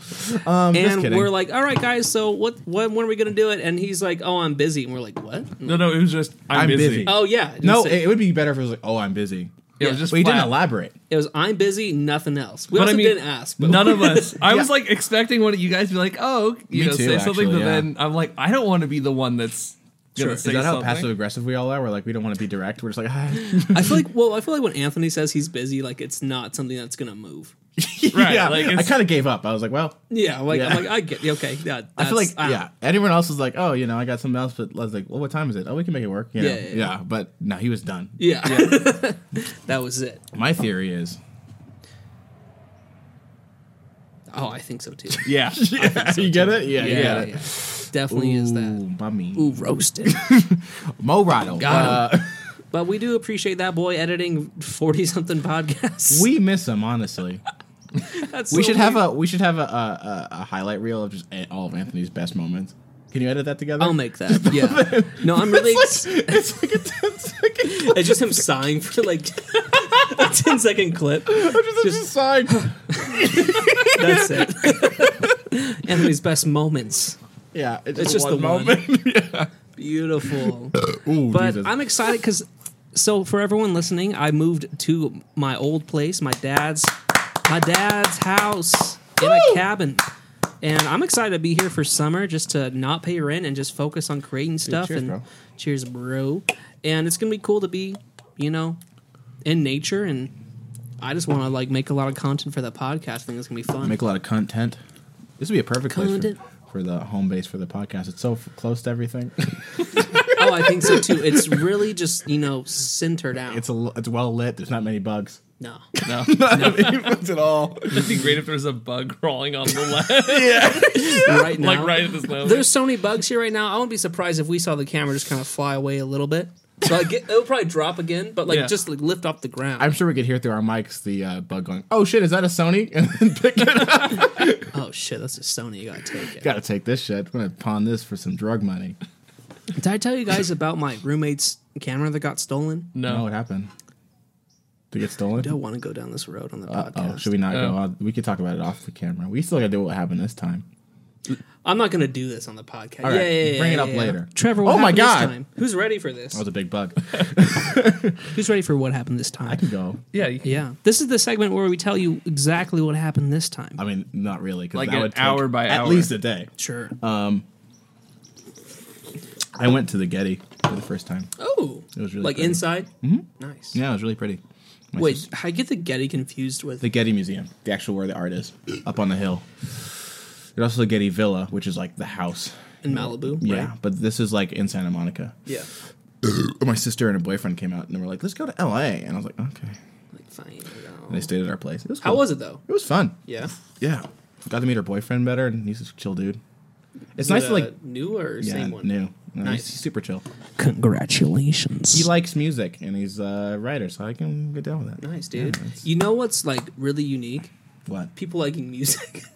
Speaker 1: Um, just
Speaker 2: and
Speaker 1: kidding.
Speaker 2: we're like, all right, guys, so what, what, when are we going to do it? And he's like, oh, I'm busy. And we're like, what?
Speaker 3: No, no, it was just I'm,
Speaker 1: I'm
Speaker 3: busy.
Speaker 1: busy.
Speaker 2: Oh, yeah.
Speaker 1: no,
Speaker 2: That's it,
Speaker 1: it, it would be better if it was like, oh, I'm busy.
Speaker 3: It
Speaker 2: yeah.
Speaker 3: was just.
Speaker 1: But you didn't
Speaker 3: flat.
Speaker 1: elaborate.
Speaker 2: It was, I'm busy, nothing else. We
Speaker 3: But
Speaker 2: also
Speaker 3: I mean,
Speaker 2: didn't ask. But
Speaker 3: None of us. I was
Speaker 1: Yeah.
Speaker 3: like expecting one of you guys to be like, "Oh, you
Speaker 1: Me
Speaker 3: know,
Speaker 1: too,
Speaker 3: say something,"
Speaker 1: actually,
Speaker 3: but
Speaker 1: yeah.
Speaker 3: then I'm like, I don't want to be the one that's
Speaker 2: Sure.
Speaker 3: gonna
Speaker 2: Is
Speaker 1: Is
Speaker 3: say
Speaker 1: that how
Speaker 3: something.
Speaker 1: passive aggressive we all are? We're like, we don't want to be direct. We're just like, ah.
Speaker 2: I feel like, well, I feel like when Anthony says he's busy, like it's not something that's going to move.
Speaker 3: Right,
Speaker 1: yeah.
Speaker 3: like, it's-
Speaker 1: I kind of gave up. I was like, well,
Speaker 2: Yeah. Like,
Speaker 1: Yeah.
Speaker 2: I'm like, I get you. Okay. Yeah,
Speaker 1: I feel like,
Speaker 2: that's- ah, I don't-
Speaker 1: yeah. Anyone else is like, oh, you know, I got something else, but I was like, well, what time is it? Oh, we can make it work. You know?
Speaker 2: Yeah, yeah, yeah.
Speaker 1: But no, he was done.
Speaker 2: Yeah. that was it.
Speaker 1: My theory is,
Speaker 2: Oh, I think so too.
Speaker 3: Yeah.
Speaker 1: you get it? Yeah, you
Speaker 2: Yeah.
Speaker 1: get
Speaker 2: yeah.
Speaker 1: it.
Speaker 2: Definitely is that.
Speaker 1: Ooh, bummy.
Speaker 2: Ooh, roasted.
Speaker 1: Mo Rado.
Speaker 2: Got
Speaker 1: Uh,
Speaker 2: But we do appreciate that boy editing forty something podcasts.
Speaker 1: We miss him, honestly.
Speaker 2: That's
Speaker 1: we
Speaker 2: so
Speaker 1: should have
Speaker 2: weird.
Speaker 1: a we should have a, a, a, a highlight reel of just a- all of Anthony's best moments. Can you edit that together?
Speaker 2: I'll make that. Yeah. No, I'm really.
Speaker 1: it's like, it's like a 10 second clip.
Speaker 2: It's just him sighing for like a 10 second clip.
Speaker 1: Just, just sigh.
Speaker 2: That's it. Anthony's best moments.
Speaker 1: Yeah, it's,
Speaker 2: It's just
Speaker 1: one
Speaker 2: the one.
Speaker 1: moment.
Speaker 2: Beautiful.
Speaker 1: Ooh,
Speaker 2: But
Speaker 1: Jesus.
Speaker 2: I'm excited because, so for everyone listening, I moved to my old place, my dad's, my dad's house in a
Speaker 1: Woo!
Speaker 2: cabin, and I'm excited to be here for summer, just to not pay rent and just focus on creating stuff.
Speaker 1: cheers,
Speaker 2: and
Speaker 1: bro.
Speaker 2: cheers, bro. And it's gonna be cool to be, you know, in nature, and I just want to like make a lot of content for that podcast. I think it's gonna be fun.
Speaker 1: make a lot of content. This would be a perfect place
Speaker 2: Content.
Speaker 1: for, for the home base for the podcast. It's so f- close to everything.
Speaker 2: oh, I think so too. It's really just you know centered out.
Speaker 1: It's a l- it's well lit. There's not many bugs.
Speaker 2: no.
Speaker 3: No.
Speaker 1: Not many bugs at all.
Speaker 3: It'd be great if there's a bug crawling on the left,
Speaker 2: right now.
Speaker 3: like right at this moment.
Speaker 2: There's so many bugs here right now. I wouldn't be surprised if we saw the camera just kind of fly away a little bit. So I get, it'll probably drop again, but like
Speaker 3: Yeah.
Speaker 2: just like lift off the ground.
Speaker 1: I'm sure we could hear through our mics the uh, bug going. Oh shit! Is that a Sony? And then pick it up.
Speaker 2: oh shit, that's a Sony. You gotta take it.
Speaker 1: Gotta take this shit. I'm gonna pawn this for some drug money.
Speaker 2: Did I tell you guys about my roommate's camera that got stolen?
Speaker 1: Oh,
Speaker 3: no.
Speaker 1: what happened? Did it get stolen?
Speaker 2: Don't want to go down this road on the
Speaker 1: Oh,
Speaker 2: podcast.
Speaker 1: should we not
Speaker 3: Oh.
Speaker 1: go? out? We could talk about it off the camera. We still gotta do what happened this time.
Speaker 2: I'm not gonna do this on the podcast.
Speaker 1: All
Speaker 2: yeah,
Speaker 1: right,
Speaker 2: yeah, yeah,
Speaker 1: bring it
Speaker 2: yeah,
Speaker 1: up
Speaker 2: yeah.
Speaker 1: later.
Speaker 2: Trevor. What
Speaker 1: Oh my
Speaker 2: happened this
Speaker 1: God.
Speaker 2: time? Who's ready for this?
Speaker 1: That was a big bug.
Speaker 2: Who's ready for what happened this time?
Speaker 1: I can go.
Speaker 3: Yeah. You,
Speaker 2: yeah, this is the segment where we tell you exactly what happened this time.
Speaker 1: I mean, not really, because
Speaker 3: Like
Speaker 1: that
Speaker 3: an
Speaker 1: would take
Speaker 3: hour by
Speaker 1: at
Speaker 3: hour.
Speaker 1: least a day.
Speaker 2: sure.
Speaker 1: Uh, I went to the Getty for the first time.
Speaker 2: oh,
Speaker 1: it was really
Speaker 2: like
Speaker 1: pretty.
Speaker 2: inside. Mm-hmm. Nice.
Speaker 1: Yeah, it was really pretty. My
Speaker 2: Wait,
Speaker 1: sis-
Speaker 2: I get the Getty confused with.
Speaker 1: the Getty Museum, the actual where the art is, up on the hill. There's also the Getty Villa, which is like the house.
Speaker 2: in Malibu.
Speaker 1: Yeah,
Speaker 2: right?
Speaker 1: but this is like in Santa Monica.
Speaker 2: yeah.
Speaker 1: My sister and her boyfriend came out and they were like, "Let's go to L.A." And I was like, "Okay."
Speaker 2: Like fine.
Speaker 1: And they stayed at our place. It was
Speaker 2: How
Speaker 1: cool.
Speaker 2: was it though?
Speaker 1: It was fun.
Speaker 2: Yeah.
Speaker 1: Yeah, got to meet her boyfriend better, and he's a chill dude. It's
Speaker 2: Is
Speaker 1: nice
Speaker 2: it
Speaker 1: to like
Speaker 2: a new or
Speaker 1: yeah,
Speaker 2: same one?
Speaker 1: new. No,
Speaker 2: Nice.
Speaker 1: he's super chill.
Speaker 2: Congratulations.
Speaker 1: He likes music and he's a writer, so I can get down with that.
Speaker 2: nice, dude. you know what's like really unique?
Speaker 1: What?
Speaker 2: People liking music.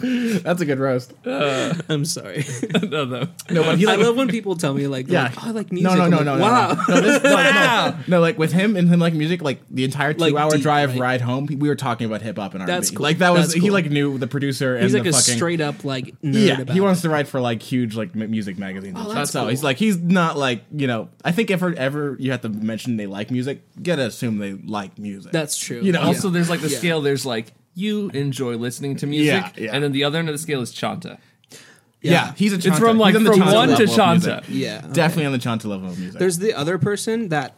Speaker 1: That's a good roast.
Speaker 2: I'm sorry.
Speaker 3: no, no.
Speaker 1: No, but he
Speaker 2: I
Speaker 1: like
Speaker 2: love when people tell me like,
Speaker 1: Yeah.
Speaker 2: yeah. like oh, I like music.
Speaker 1: no, no,
Speaker 2: I'm
Speaker 1: no,
Speaker 2: like,
Speaker 1: no, no,
Speaker 2: Wow.
Speaker 1: no, no, this, wow. no, no, like with him and him like music, like the entire
Speaker 2: Like
Speaker 1: two-hour
Speaker 2: deep,
Speaker 1: drive
Speaker 2: right?
Speaker 1: ride home, we were talking about hip hop and R&B.
Speaker 2: That's cool.
Speaker 1: Like that was
Speaker 2: That's
Speaker 1: he
Speaker 2: cool.
Speaker 1: like knew the producer and
Speaker 2: He's like
Speaker 1: the
Speaker 2: a
Speaker 1: fucking
Speaker 2: straight up like nerd
Speaker 1: yeah.
Speaker 2: about.
Speaker 1: He wants
Speaker 2: it.
Speaker 1: to write for like huge like m- music magazines. and
Speaker 2: Oh,
Speaker 1: stuff.
Speaker 2: that's
Speaker 1: how
Speaker 2: cool.
Speaker 1: he's like he's not like you know. I think if ever you have to mention they like music, gotta assume they like music.
Speaker 2: That's true.
Speaker 1: You know,
Speaker 3: Also,
Speaker 1: Yeah.
Speaker 3: there's like the
Speaker 2: Yeah.
Speaker 3: scale. There's like you enjoy listening to music,
Speaker 1: Yeah, yeah.
Speaker 3: and then the other end of the scale is Chanta.
Speaker 1: yeah. He's a Chanta.
Speaker 3: It's from
Speaker 1: He's
Speaker 3: like
Speaker 1: on the
Speaker 3: from
Speaker 1: Chanta
Speaker 3: one to
Speaker 1: level of music.
Speaker 3: Chanta.
Speaker 2: Yeah. okay.
Speaker 1: Definitely on the Chanta level of music.
Speaker 2: There's the other person that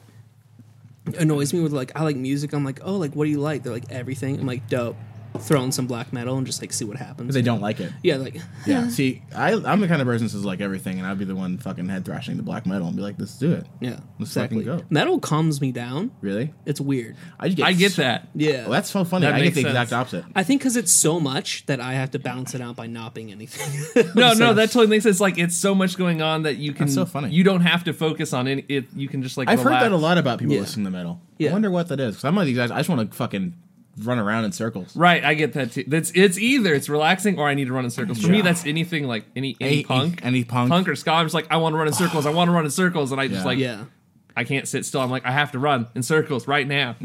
Speaker 2: annoys me with like I like music. I'm like, oh, like what do you like? They're like everything. I'm like, dope. Throw in some black metal and just like see what happens.
Speaker 1: they don't like it.
Speaker 2: yeah, like
Speaker 1: Yeah. See, I, I'm the kind of person that's like everything, and I'd be the one fucking head thrashing the black metal and be like, let's do it.
Speaker 2: yeah,
Speaker 1: Let's fucking go.
Speaker 2: Metal calms me down.
Speaker 1: Really?
Speaker 2: It's weird.
Speaker 1: I get,
Speaker 3: I get that.
Speaker 2: Yeah,
Speaker 1: Well, that's so funny.
Speaker 3: That
Speaker 1: I get
Speaker 3: makes
Speaker 1: the
Speaker 3: sense.
Speaker 1: exact opposite.
Speaker 2: I think because it's so much that I have to balance it out by not being anything.
Speaker 3: No, no, that totally makes sense. Like it's so much going on that you can.
Speaker 1: That's so funny.
Speaker 3: You don't have to focus on any. It, you can just like.
Speaker 1: I've
Speaker 3: relax.
Speaker 1: heard that a lot about people
Speaker 2: Yeah.
Speaker 1: listening to metal. I
Speaker 2: Yeah.
Speaker 1: wonder what that is. Because I'm one of these guys, I just want to fucking run around in circles.
Speaker 3: Right, I get that too. That's it's either it's relaxing or I need to run in circles. For me,
Speaker 1: Yeah.
Speaker 3: that's anything like any any
Speaker 1: Any-
Speaker 3: punk,
Speaker 1: any punk.
Speaker 3: punk or ska. I'm just like I want to run in circles. I want to run in circles, and I just
Speaker 1: Yeah.
Speaker 3: like
Speaker 2: yeah,
Speaker 3: I can't sit still. I'm like I have to run in circles right now.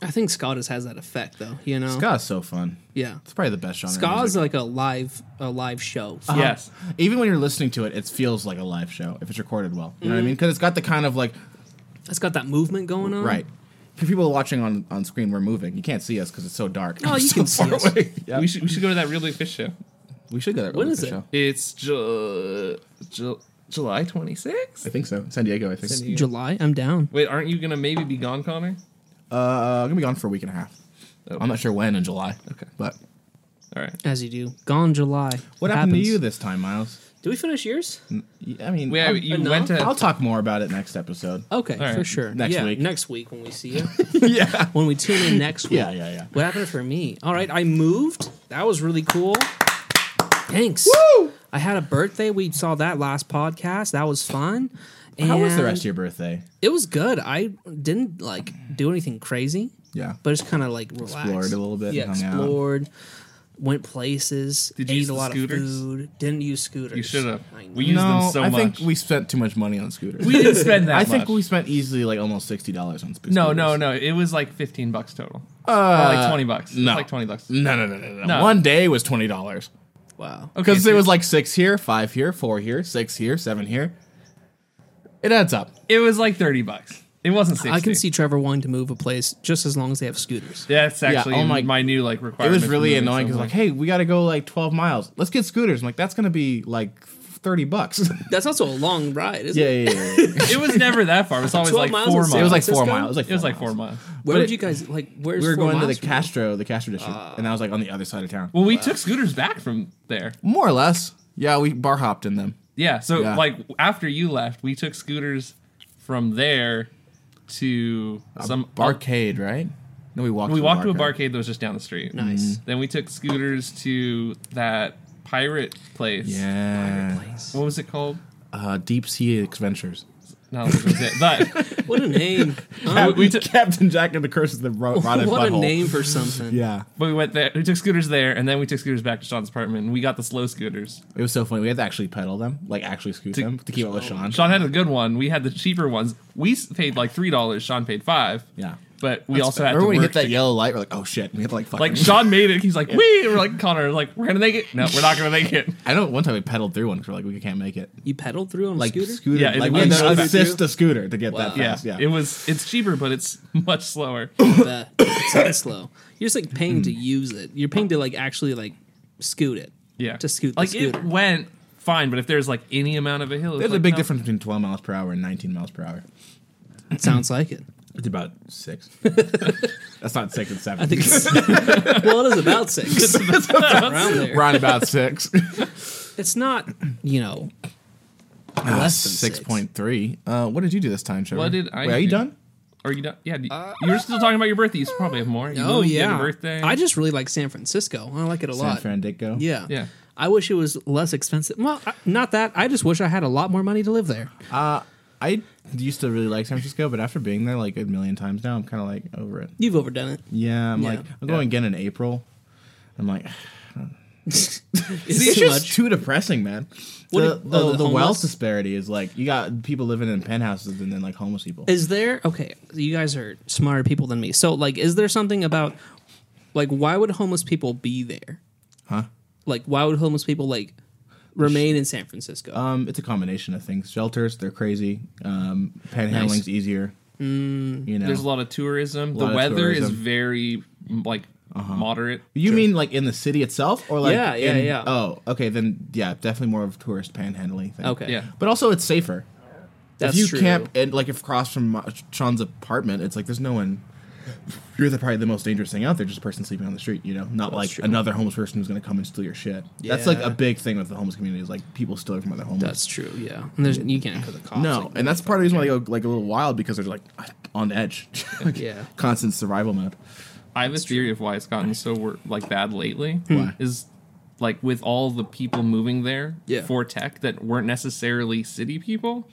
Speaker 2: I think ska just has that effect though. You know,
Speaker 1: Ska's so fun.
Speaker 2: yeah,
Speaker 1: It's probably the best genre. of
Speaker 2: ska is
Speaker 1: music.
Speaker 2: like a live a live show.
Speaker 1: Uh-huh.
Speaker 3: Yes,
Speaker 1: Even when you're listening to it, it feels like a live show if it's recorded well. You know
Speaker 2: Mm.
Speaker 1: what I mean? Because it's got the kind of like,
Speaker 2: It's got that movement going on.
Speaker 1: right. For people watching on, on screen, we're moving. You can't see us because it's so dark.
Speaker 2: Oh, you
Speaker 1: So
Speaker 2: can see
Speaker 1: far
Speaker 2: us.
Speaker 1: away. Yeah.
Speaker 3: we should we should go to that real big fish show.
Speaker 1: We should go there.
Speaker 2: When is it?
Speaker 1: Show.
Speaker 3: It's Ju- Ju- July 26th.
Speaker 1: I think so. San Diego, I think.
Speaker 3: San Diego.
Speaker 2: July, I'm down.
Speaker 3: Wait, aren't you gonna maybe be gone, Connor?
Speaker 1: Uh, I'm gonna be gone for a week and a half. I'm not sure when in July.
Speaker 3: Okay.
Speaker 1: but
Speaker 3: All right.
Speaker 2: As you do. Gone July.
Speaker 1: what happened to you Mm. this time, Miles?
Speaker 2: Did we finish yours?
Speaker 1: I mean,
Speaker 3: Wait,
Speaker 1: I'll,
Speaker 3: you
Speaker 2: enough?
Speaker 3: went to
Speaker 1: I'll talk more about it next episode.
Speaker 2: Okay,
Speaker 3: right.
Speaker 2: for sure.
Speaker 1: Next
Speaker 2: Yeah,
Speaker 1: week.
Speaker 2: Next week when we see you.
Speaker 1: yeah,
Speaker 2: when we tune in next week.
Speaker 1: yeah, yeah, yeah.
Speaker 2: What happened for me? All right, I moved. That was really cool. Thanks. I had a birthday. We saw that last podcast. That was fun.
Speaker 1: How was the
Speaker 2: And
Speaker 1: rest of your birthday?
Speaker 2: It was good. I didn't like do anything crazy,
Speaker 1: Yeah.
Speaker 2: but just kind of like relaxed.
Speaker 1: Explored a little bit,
Speaker 2: Yeah,
Speaker 1: hung out.
Speaker 2: explored. Went places.
Speaker 3: Did
Speaker 2: Did
Speaker 3: you
Speaker 2: you ate
Speaker 3: use
Speaker 2: a
Speaker 3: the
Speaker 2: lot
Speaker 3: scooters?
Speaker 2: of food. Didn't use scooters.
Speaker 3: You should have.
Speaker 2: I know.
Speaker 3: We used them so
Speaker 1: I
Speaker 3: much.
Speaker 1: think we spent too much money on scooters.
Speaker 3: we didn't spend that
Speaker 1: I
Speaker 3: much.
Speaker 1: think we spent easily like almost sixty dollars on scooters.
Speaker 3: No, no, no. It was like 15 bucks total.
Speaker 1: Uh,
Speaker 3: Or like 20 bucks.
Speaker 1: no.
Speaker 3: It's like 20 bucks.
Speaker 1: No, no, no, no, no.
Speaker 3: No.
Speaker 1: One day was twenty dollars
Speaker 2: wow.
Speaker 3: Okay.
Speaker 1: because
Speaker 3: so
Speaker 1: it was like six here, five here, four here, six here, seven here. It adds up.
Speaker 3: it was like 30 bucks. It wasn't 60.
Speaker 2: I can see Trevor wanting to move a place just as long as they have scooters.
Speaker 3: That's actually
Speaker 1: oh
Speaker 3: my,
Speaker 1: my-
Speaker 3: new like
Speaker 1: It
Speaker 3: requirement.
Speaker 1: was
Speaker 3: for
Speaker 1: really
Speaker 3: moving
Speaker 1: annoying because
Speaker 3: somewhere.
Speaker 1: like, hey, we got to go like twelve miles. Let's get scooters. I'm like, that's gonna be like thirty bucks.
Speaker 2: That's also a long ride, isn't
Speaker 1: yeah,
Speaker 2: it?
Speaker 1: yeah, yeah, yeah.
Speaker 3: it was never that far. It was always
Speaker 2: 12
Speaker 3: like
Speaker 2: miles
Speaker 3: four miles.
Speaker 2: and
Speaker 1: it was like four
Speaker 2: Francisco?
Speaker 1: miles. It was like
Speaker 3: it was like four miles.
Speaker 2: Where
Speaker 1: But
Speaker 2: would
Speaker 1: it-
Speaker 2: you guys like? Where's
Speaker 1: We were
Speaker 2: four
Speaker 1: going to the
Speaker 2: miles from?
Speaker 1: Castro, the Castro district,
Speaker 3: Ah.
Speaker 1: and I was like on the other side of town.
Speaker 3: Well, we took scooters back from there.
Speaker 1: More or less. Yeah, we bar hopped in them.
Speaker 3: Yeah. So
Speaker 1: Yeah.
Speaker 3: like after you left, we took scooters from there to some
Speaker 1: Barcade, right? No, we walked.
Speaker 3: We
Speaker 1: the
Speaker 3: walked to a
Speaker 1: barcade.
Speaker 3: barcade that was just down the street.
Speaker 2: Nice.
Speaker 3: Then we took scooters to that pirate place.
Speaker 1: Yeah.
Speaker 2: Place.
Speaker 3: What was it called?
Speaker 1: Uh, deep sea adventures.
Speaker 3: No, that was it. But
Speaker 2: What a name! Huh?
Speaker 3: we took
Speaker 1: Captain Jack and the Curse of the ro- Rotted
Speaker 2: what a
Speaker 1: Butthole.
Speaker 2: name for something.
Speaker 1: Yeah,
Speaker 3: But we went there. We took scooters there, and then we took scooters back to Sean's apartment. And we got the slow scooters.
Speaker 1: it was so funny. We had to actually pedal them, like actually scoot them to keep up
Speaker 3: Oh,
Speaker 1: with Sean.
Speaker 3: Sean had a good one. We had the cheaper ones. We s- paid like three dollars. Sean paid five.
Speaker 1: Yeah.
Speaker 3: But we also had
Speaker 1: Remember
Speaker 3: to
Speaker 1: when we
Speaker 3: work
Speaker 1: hit that
Speaker 3: to-
Speaker 1: yellow light? We're like, oh shit, we had to like fucking.
Speaker 3: Like Sean made it. He's like, we. We're like Connor. Like we're gonna make it. No, we're not gonna make it.
Speaker 1: I know one time we pedaled through one because we're like, we can't make it.
Speaker 2: You pedaled through on
Speaker 1: Like
Speaker 2: a
Speaker 1: scooter,
Speaker 2: scooter.
Speaker 3: Yeah,
Speaker 1: like
Speaker 3: it-
Speaker 1: we had
Speaker 3: it
Speaker 1: to
Speaker 3: goes back
Speaker 1: assist
Speaker 2: through.
Speaker 1: the scooter to get that
Speaker 2: Wow.
Speaker 3: Yeah.
Speaker 1: fast. Yeah,
Speaker 3: It was. It's cheaper, but it's much slower.
Speaker 2: that. It's kinda slow. You're just like paying
Speaker 1: Mm.
Speaker 2: to use it. You're paying to like actually like scoot it.
Speaker 3: Yeah.
Speaker 2: To scoot the
Speaker 3: Like it
Speaker 2: scooter.
Speaker 3: went fine, but if there's like any amount of a hill, it's
Speaker 1: there's a
Speaker 3: like,
Speaker 1: big
Speaker 3: no.
Speaker 1: difference between 12 miles per hour and 19 miles per hour.
Speaker 2: Sounds like it.
Speaker 1: It's about six. That's not six. It's seven.
Speaker 2: I think it's well, it is about six. around there.
Speaker 1: Round about six.
Speaker 2: It's not, you know, less than
Speaker 1: Six point three. Uh, what did you do this time, Trevor?
Speaker 3: What did I
Speaker 1: Wait, are you
Speaker 3: do?
Speaker 1: done?
Speaker 3: Are you done? Yeah. do- you were still talking about your birthday. You probably have more. You
Speaker 2: Oh
Speaker 3: moved, You
Speaker 2: yeah,
Speaker 3: had a birthday.
Speaker 2: I just really like San Francisco. I like it a
Speaker 1: San
Speaker 2: lot.
Speaker 1: Francisco.
Speaker 2: yeah,
Speaker 3: Yeah.
Speaker 2: I wish it was less expensive. Well, I- not that. I just wish I had a lot more money to live there.
Speaker 1: I used to really like San Francisco, but after being there like a million times now, I'm kind of like over it.
Speaker 2: You've overdone it.
Speaker 1: Yeah, I'm
Speaker 2: Yeah.
Speaker 1: like I'm going again in April. I'm like
Speaker 2: It's
Speaker 1: it's
Speaker 2: too
Speaker 1: just
Speaker 2: much.
Speaker 1: too depressing, man.
Speaker 2: What
Speaker 1: the,
Speaker 2: do-
Speaker 1: the,
Speaker 2: oh, the
Speaker 1: the wealth
Speaker 2: homeless?
Speaker 1: disparity is like you got people living in penthouses and then like homeless people.
Speaker 2: Is there okay? You guys are smarter people than me. So, like, is there something about like why would homeless people be there?
Speaker 1: Huh?
Speaker 2: Like, why would homeless people like remain in San Francisco?
Speaker 1: Um, it's a combination of things. Shelters, they're crazy. Um, panhandling's
Speaker 2: Nice. Mm,
Speaker 1: easier. you know,
Speaker 3: There's a lot of tourism.
Speaker 1: lot
Speaker 3: the
Speaker 1: of
Speaker 3: weather is
Speaker 1: tourism.
Speaker 3: very m- like moderate.
Speaker 1: You mean like in the city itself, or like
Speaker 2: Yeah, yeah,
Speaker 1: in-
Speaker 2: yeah.
Speaker 1: Oh, okay, then yeah, definitely more of a tourist panhandling thing.
Speaker 2: okay,
Speaker 3: Yeah.
Speaker 1: but also it's safer.
Speaker 2: that's
Speaker 1: if you
Speaker 2: true.
Speaker 1: camp and like if across from my- Sean's apartment, it's like there's no one. You're the, probably the most dangerous thing out there, just a person sleeping on the street. You know, not like
Speaker 2: true.
Speaker 1: another homeless person who's going to come and steal your shit. That's like
Speaker 2: Yeah.
Speaker 1: a big thing with the homeless community is like people stealing from other homeless.
Speaker 2: that's true. Yeah, and there's you can't go to the cops.
Speaker 1: no,
Speaker 2: like,
Speaker 1: and that's part of the reason why they go like a little wild because they're like on the edge, Like,
Speaker 2: Yeah.
Speaker 1: constant survival mode.
Speaker 3: I have a theory of why it's gotten so wor- like bad lately.
Speaker 1: Hmm.
Speaker 3: Is like with all the people moving there
Speaker 2: Yeah.
Speaker 3: for tech that weren't necessarily city people,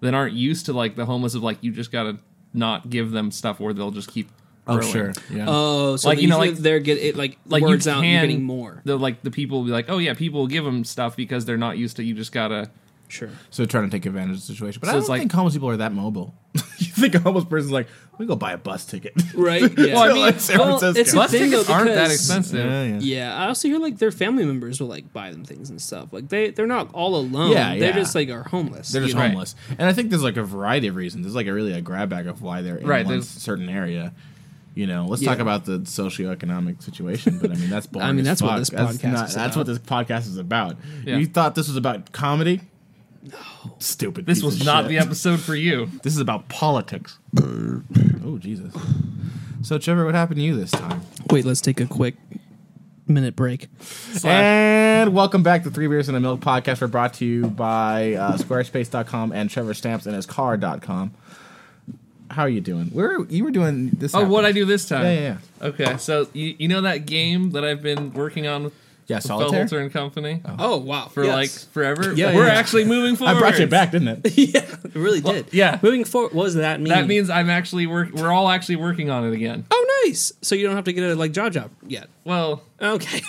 Speaker 3: that aren't used to like the homeless of like you just gotta not give them stuff or they'll just keep. growing.
Speaker 1: yeah.
Speaker 2: Oh, so
Speaker 3: Like,
Speaker 2: like
Speaker 3: you
Speaker 2: you
Speaker 3: know, like-
Speaker 2: they're get it like
Speaker 3: Like
Speaker 2: words
Speaker 3: you
Speaker 2: out,
Speaker 3: can,
Speaker 2: you're getting more.
Speaker 3: The like the people will be like, oh yeah, people will give them stuff because they're not used to. You just gotta.
Speaker 2: Sure.
Speaker 1: So trying to take advantage of the situation. But
Speaker 3: So
Speaker 1: I
Speaker 3: it's
Speaker 1: don't
Speaker 3: like-
Speaker 1: think homeless people are that mobile. you think a homeless person's like, we go buy a bus ticket.
Speaker 2: Right. Yeah.
Speaker 1: well, I
Speaker 3: I
Speaker 1: mean,
Speaker 3: mean,
Speaker 1: San
Speaker 2: well,
Speaker 1: Francisco.
Speaker 2: it's a
Speaker 3: Bus
Speaker 2: thing,
Speaker 3: tickets
Speaker 2: though,
Speaker 3: aren't that
Speaker 2: because-
Speaker 3: expensive.
Speaker 1: yeah, yeah.
Speaker 2: Yeah, I also hear like their family members will like buy them things and stuff. Like they they're not all alone.
Speaker 1: Yeah,
Speaker 2: They're
Speaker 1: yeah.
Speaker 2: just like are homeless.
Speaker 1: They're just
Speaker 2: you know?
Speaker 3: Right.
Speaker 1: homeless, and I think there's like a variety of reasons. There's like a really a grab bag of why they're in
Speaker 3: Right,
Speaker 1: one
Speaker 3: there's-
Speaker 1: certain area. You know, let's talk
Speaker 2: Yeah.
Speaker 1: about the socioeconomic situation, but I mean that's boring.
Speaker 2: mean,
Speaker 1: as
Speaker 2: that's what
Speaker 1: fuck.
Speaker 2: this
Speaker 1: That's
Speaker 2: podcast is
Speaker 1: That's what this podcast is about.
Speaker 3: Yeah.
Speaker 1: You thought this was about comedy? No, stupid.
Speaker 3: This
Speaker 1: piece
Speaker 3: was
Speaker 1: of
Speaker 3: not
Speaker 1: shit.
Speaker 3: the episode for you.
Speaker 1: This is about politics. oh Jesus! So Trevor, what happened to you this time?
Speaker 2: Wait, let's take a quick minute break.
Speaker 3: Slash-
Speaker 1: And welcome back to Three Beers and a Milk podcast. We're brought to you by uh, Squarespace.com and Trevor Stamps and his car.com. How are you doing? Where you were doing this?
Speaker 3: Oh, what I
Speaker 1: happened.
Speaker 3: do this time?
Speaker 1: Yeah, yeah,
Speaker 3: Okay, so you, you know that game that I've been working on with
Speaker 1: Yeah, solitaire.
Speaker 3: Felter and Company
Speaker 2: Oh wow!
Speaker 3: for
Speaker 2: Yes.
Speaker 3: like forever.
Speaker 2: Yeah,
Speaker 3: we're
Speaker 2: yeah.
Speaker 3: actually moving
Speaker 1: I
Speaker 3: forward.
Speaker 1: brought you back, didn't it?
Speaker 2: yeah, it really did.
Speaker 3: yeah.
Speaker 2: Moving forward, what does that mean?
Speaker 3: That means I'm actually work. We're all actually working on it again.
Speaker 2: oh nice. So you don't have to get a like jaw job yet.
Speaker 3: Well,
Speaker 2: Okay.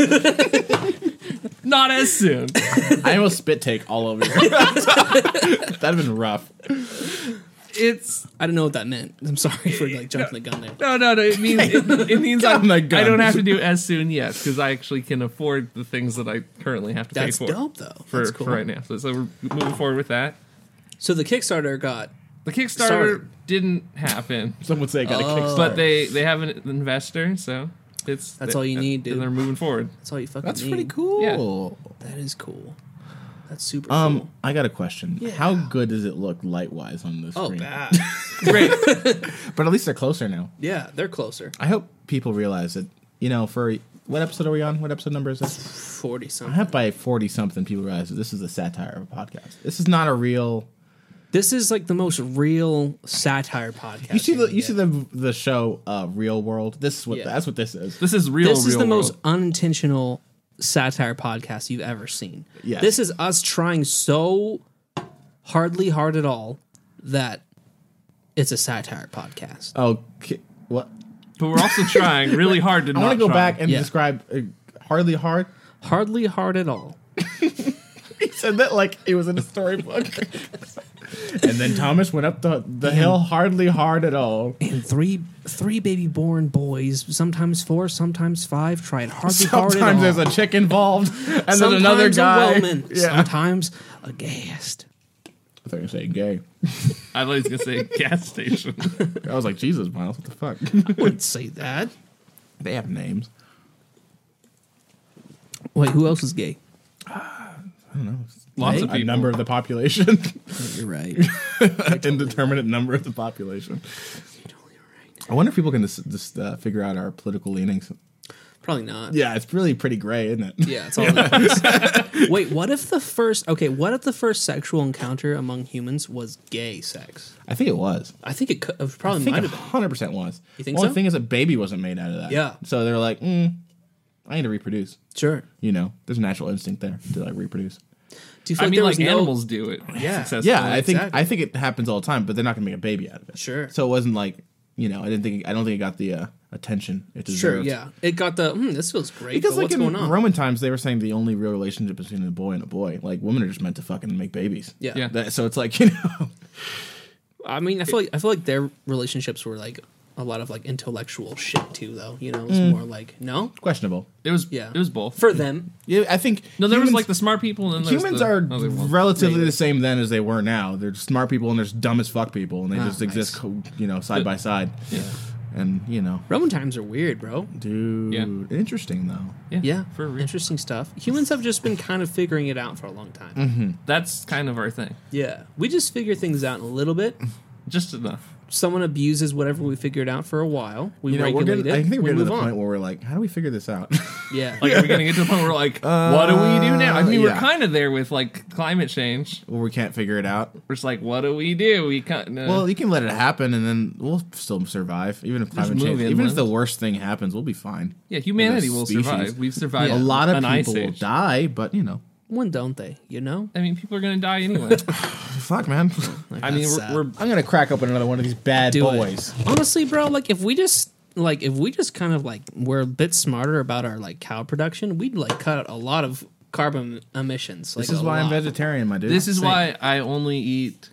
Speaker 3: not as soon.
Speaker 1: I almost spit take all over you. That'd have been rough.
Speaker 3: It's
Speaker 2: I don't know what that meant. I'm sorry for like jumping the gun there.
Speaker 3: no, no, no. It means it, it means I'm,
Speaker 1: on the
Speaker 3: I
Speaker 1: gun.
Speaker 3: don't have to do as soon yet because I actually can afford the things that I currently have to
Speaker 2: That's
Speaker 3: pay for
Speaker 2: dope though.
Speaker 3: for,
Speaker 2: That's cool.
Speaker 3: for right now. So, so we're moving forward with that.
Speaker 2: So the Kickstarter got
Speaker 3: The Kickstarter
Speaker 2: Sorry.
Speaker 3: didn't happen,
Speaker 1: Some would say I got a
Speaker 2: Oh.
Speaker 1: kickstart.
Speaker 3: but they they have an investor, so it's
Speaker 2: That's all you need, dude.
Speaker 3: And they're moving forward.
Speaker 2: that's all you fucking
Speaker 1: That's
Speaker 2: need.
Speaker 1: pretty cool.
Speaker 2: That is cool. That's super cool.
Speaker 1: Um, I got a question.
Speaker 2: Yeah.
Speaker 1: How good does it look light wise on the
Speaker 2: Oh
Speaker 1: screen?
Speaker 2: bad.
Speaker 3: Great.
Speaker 1: But at least they're closer now.
Speaker 2: yeah, they're closer.
Speaker 1: I hope people realize that, you know, for what episode are we on? What episode number is this?
Speaker 2: Forty
Speaker 1: I
Speaker 2: something.
Speaker 1: hope by 40 something people realize that this is a satire of a podcast. This is not a real.
Speaker 2: This is like the most real satire podcast.
Speaker 1: You see the you see
Speaker 2: can get.
Speaker 1: the the show uh, Real World. This is what
Speaker 2: Yeah.
Speaker 1: that's what this is.
Speaker 3: this is real.
Speaker 2: This is
Speaker 3: real
Speaker 2: the
Speaker 3: world.
Speaker 2: most unintentional satire podcast you've ever seen.
Speaker 1: Yes.
Speaker 2: This is us trying so hardly hard at all that it's a satire podcast.
Speaker 1: Oh, ki- what?
Speaker 3: But we're also trying really hard to.
Speaker 1: I want to go back and
Speaker 2: Yeah.
Speaker 1: describe uh, Hardly Hard.
Speaker 2: Hardly hard at all.
Speaker 1: He said that like it was in a storybook. and then Thomas went up the the hill hardly hard at all.
Speaker 2: And three three baby born boys, sometimes four, sometimes five, tried hardly hard at all.
Speaker 1: Sometimes there's a chick involved, and then another
Speaker 2: Sometimes
Speaker 1: guy.
Speaker 2: A wellman,
Speaker 1: yeah,
Speaker 2: Sometimes aghast.
Speaker 1: I thought you were saying gay.
Speaker 3: I was gonna say gas station.
Speaker 1: I was like, Jesus, Miles, what the fuck?
Speaker 2: Wouldn't say that.
Speaker 1: they have names.
Speaker 2: Wait, who else is gay?
Speaker 3: Lots of
Speaker 1: A
Speaker 3: people.
Speaker 1: number of the population,
Speaker 2: Oh, You're right.
Speaker 1: indeterminate number of the population. I wonder if people can just, just uh, figure out our political leanings.
Speaker 2: Probably not.
Speaker 1: Yeah, it's really pretty gray, isn't it?
Speaker 2: Yeah, it's all. that is. Wait, what if the first? Okay, what if the first sexual encounter among humans was gay sex?
Speaker 1: I think it was.
Speaker 2: I think it could, it
Speaker 1: I
Speaker 2: probably
Speaker 1: think
Speaker 2: might have been.
Speaker 1: hundred percent was.
Speaker 2: You think
Speaker 1: Only
Speaker 2: so?
Speaker 1: thing is, a baby wasn't made out of that.
Speaker 2: Yeah.
Speaker 1: So they're like, mm, I need to reproduce.
Speaker 2: Sure.
Speaker 1: You know, there's a natural instinct there to like reproduce.
Speaker 2: Do you feel
Speaker 3: I
Speaker 2: like
Speaker 3: mean,
Speaker 2: there
Speaker 3: like
Speaker 2: was no-
Speaker 3: animals do it.
Speaker 2: Yeah.
Speaker 3: successfully.
Speaker 1: Yeah, I think
Speaker 2: exactly.
Speaker 1: I think it happens all the time, but they're not gonna make a baby out of it.
Speaker 2: Sure.
Speaker 1: So it wasn't like you know, I didn't think I don't think it got the uh, attention it deserved.
Speaker 2: Sure. Yeah, it got the. Hmm, this feels great.
Speaker 1: Because
Speaker 2: but
Speaker 1: like
Speaker 2: what's
Speaker 1: in
Speaker 2: going on?
Speaker 1: Roman times, they were saying the only real relationship between a boy and a boy, like women are just meant to fucking make babies.
Speaker 2: Yeah.
Speaker 3: Yeah.
Speaker 1: That- so it's like you know,
Speaker 2: I mean, I feel like I feel like their relationships were like a lot of like intellectual shit too, though. You know, it's more like no
Speaker 1: questionable.
Speaker 3: it was.
Speaker 2: Yeah.
Speaker 3: Mm. it was both.
Speaker 2: for them.
Speaker 1: Yeah, I think
Speaker 3: no, there was
Speaker 1: humans-
Speaker 3: like the smart people and then there was
Speaker 1: humans
Speaker 3: the
Speaker 1: are
Speaker 3: other one.
Speaker 1: relatively the same then as they were now. They're smart people and they're just dumb as fuck people, and they
Speaker 2: Ah,
Speaker 1: just exist,
Speaker 2: nice.
Speaker 1: co- you know, side by side.
Speaker 3: Yeah.
Speaker 1: And you know,
Speaker 2: Roman times are weird, bro.
Speaker 1: dude,
Speaker 3: Yeah.
Speaker 1: interesting though.
Speaker 3: Yeah,
Speaker 2: Yeah,
Speaker 3: for real.
Speaker 2: interesting stuff. Humans have just been kind of figuring it out for a long time.
Speaker 3: Mm-hmm. That's kind of our thing.
Speaker 2: Yeah, we just figure things out in a little bit.
Speaker 3: Just enough.
Speaker 2: Someone abuses whatever we figured out for a while. We
Speaker 1: You know, we're
Speaker 2: regulate
Speaker 1: getting,
Speaker 2: it.
Speaker 1: I think
Speaker 2: we
Speaker 1: we're getting to
Speaker 2: move
Speaker 1: the
Speaker 2: on.
Speaker 1: point where we're like, how do we figure this out?
Speaker 2: yeah,
Speaker 3: Like, are we gonna get to the point where we're like, what do we do now? I mean,
Speaker 1: Uh, yeah.
Speaker 3: we're kind of there with like climate change.
Speaker 1: well, we can't figure it out.
Speaker 3: We're just like, what do we do? We uh, kind of.
Speaker 1: Well, you can let it happen, and then we'll still survive, even if climate
Speaker 3: move
Speaker 1: change, even if
Speaker 3: inland.
Speaker 1: the worst thing happens, we'll be fine.
Speaker 3: yeah, humanity
Speaker 1: as a
Speaker 3: will
Speaker 1: species.
Speaker 3: survive. We've survived
Speaker 1: A
Speaker 2: Yeah.
Speaker 1: lot of
Speaker 3: an ice
Speaker 1: people will
Speaker 3: age.
Speaker 1: die, but you know,
Speaker 2: when don't they? You know,
Speaker 3: I mean, people are gonna die anyway.
Speaker 1: fuck, man.
Speaker 3: I mean,
Speaker 2: That's
Speaker 3: we're, we're
Speaker 1: I'm gonna crack open another one of these bad
Speaker 2: do it.
Speaker 1: boys.
Speaker 2: Honestly, bro, like if we just like if we just kind of like were a bit smarter about our like cow production, we'd like cut out a lot of carbon emissions. Like
Speaker 1: This is
Speaker 2: a
Speaker 1: why I'm
Speaker 2: lot.
Speaker 1: vegetarian, my dude.
Speaker 3: This is
Speaker 2: Same.
Speaker 3: why I only eat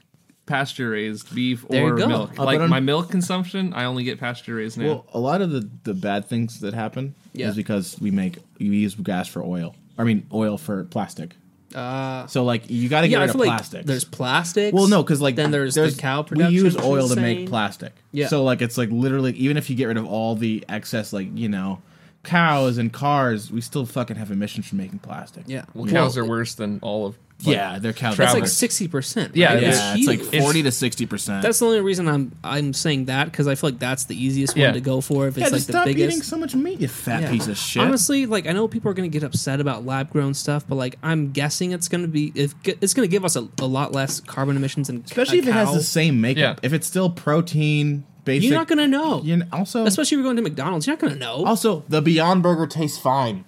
Speaker 3: pasture raised beef
Speaker 2: There you
Speaker 3: or
Speaker 2: go.
Speaker 3: milk.
Speaker 1: Oh,
Speaker 3: like
Speaker 1: but I'm-
Speaker 3: my milk consumption, I only get pasture raised now.
Speaker 1: Well, a lot of the, the bad things that happen
Speaker 2: Yeah.
Speaker 1: is because we make we use gas for oil. I mean, oil for plastic. Uh, so like you got to get
Speaker 2: Yeah, I
Speaker 1: rid
Speaker 2: feel
Speaker 1: of
Speaker 2: like
Speaker 1: plastics.
Speaker 2: there's plastics.
Speaker 1: well, no, because like
Speaker 2: then there's, the cow production.
Speaker 1: We use
Speaker 2: which is
Speaker 1: oil to make
Speaker 2: insane.
Speaker 1: plastic.
Speaker 2: Yeah.
Speaker 1: So like it's like literally even if you get rid of all the excess like you know cows and cars, we still fucking have emissions from making plastic.
Speaker 2: Yeah,
Speaker 3: Well, cows are worse than all of. like-
Speaker 1: yeah, they're cow.
Speaker 2: That's like
Speaker 3: Travelers.
Speaker 2: sixty percent.
Speaker 3: Yeah,
Speaker 2: right?
Speaker 3: it's
Speaker 1: yeah, it's, like
Speaker 2: huge.
Speaker 1: forty to sixty percent.
Speaker 2: That's the only reason I'm I'm saying that because I feel like that's the easiest
Speaker 3: Yeah.
Speaker 2: one to go for if it's
Speaker 1: yeah,
Speaker 2: like
Speaker 1: just
Speaker 2: the
Speaker 1: stop
Speaker 2: biggest.
Speaker 1: eating so much meat, you fat
Speaker 2: Yeah.
Speaker 1: piece of shit.
Speaker 2: Honestly, like I know people are gonna get upset about lab grown stuff, but like I'm guessing it's gonna be if it's gonna give us a, a lot less carbon emissions and
Speaker 1: especially if it has the same makeup.
Speaker 3: Yeah.
Speaker 1: If it's still protein basic,
Speaker 2: You're not gonna know.
Speaker 1: You know, also,
Speaker 2: Especially if you're going to McDonald's, you're not gonna know.
Speaker 1: also the Beyond Burger tastes fine.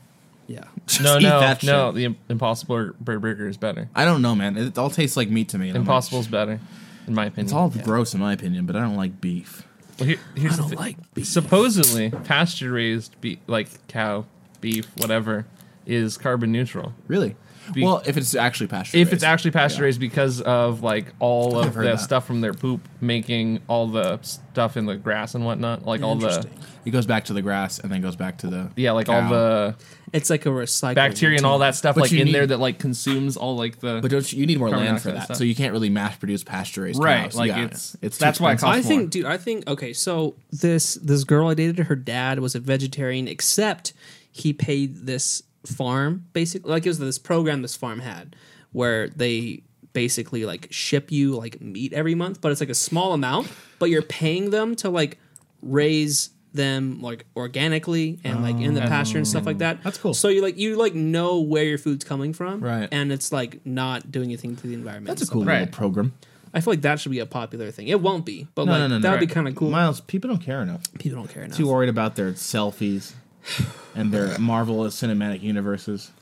Speaker 2: yeah,
Speaker 1: Just
Speaker 3: No,
Speaker 1: eat
Speaker 3: no,
Speaker 1: that shit.
Speaker 3: no. The Im- Impossible Bur- Bur- Burger is better.
Speaker 1: I don't know, man. It all tastes like meat to me. and I'm like,
Speaker 3: Impossible's better, in my opinion.
Speaker 1: It's all gross in my opinion, but I don't like beef.
Speaker 3: Well, here- here's the thi- Supposedly, pasture raised, be- like cow, beef, whatever, is carbon neutral.
Speaker 1: Really?
Speaker 3: Beef-
Speaker 1: Well, if it's actually pasture.
Speaker 3: If it's actually pasture raised because of like all
Speaker 1: I've
Speaker 3: of
Speaker 1: heard
Speaker 3: the
Speaker 1: that.
Speaker 3: stuff from their poop, making all the stuff in the grass and whatnot, like all the
Speaker 2: Interesting.
Speaker 1: it goes back to the grass and then goes back to the
Speaker 3: yeah, like
Speaker 1: cow.
Speaker 3: all the
Speaker 2: It's like a recycle.
Speaker 3: bacteria and all that stuff,
Speaker 1: But
Speaker 3: like
Speaker 1: you
Speaker 3: in
Speaker 1: need-
Speaker 3: there that like consumes all like the.
Speaker 1: But don't you, you need more
Speaker 3: Carbon
Speaker 1: land for
Speaker 3: dioxide
Speaker 1: that?
Speaker 3: stuff.
Speaker 1: So you can't really mass produce pasture raised
Speaker 3: Right,
Speaker 1: cows.
Speaker 3: like,
Speaker 1: Yeah.
Speaker 3: it's-
Speaker 1: too
Speaker 3: that's why it
Speaker 1: expensive.
Speaker 3: costs
Speaker 2: I think,
Speaker 3: more.
Speaker 2: dude. I think okay. So this this girl I dated, her dad was a vegetarian, except he paid this farm basically like it was this program this farm had where they basically like ship you like meat every month, but it's like a small amount, but you're paying them to like raise them like organically and like in the pasture and stuff like that.
Speaker 1: Oh. That's cool.
Speaker 2: So you like you like know where your food's coming from,
Speaker 1: Right.
Speaker 2: And it's like not doing anything to the environment.
Speaker 1: That's a
Speaker 2: and stuff
Speaker 1: cool
Speaker 3: Right.
Speaker 1: little program.
Speaker 2: I feel like that should be a popular thing. It won't be, but
Speaker 1: No,
Speaker 2: like
Speaker 1: no, no, no.
Speaker 2: that would be
Speaker 3: Right.
Speaker 2: kind of cool.
Speaker 1: Miles, people don't care enough.
Speaker 2: People don't care enough.
Speaker 1: Too worried about their selfies and their marvelous cinematic universes.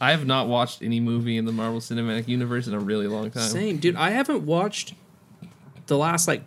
Speaker 3: I have not watched any movie in the Marvel Cinematic Universe in a really long time.
Speaker 2: Same, dude. I haven't watched the last like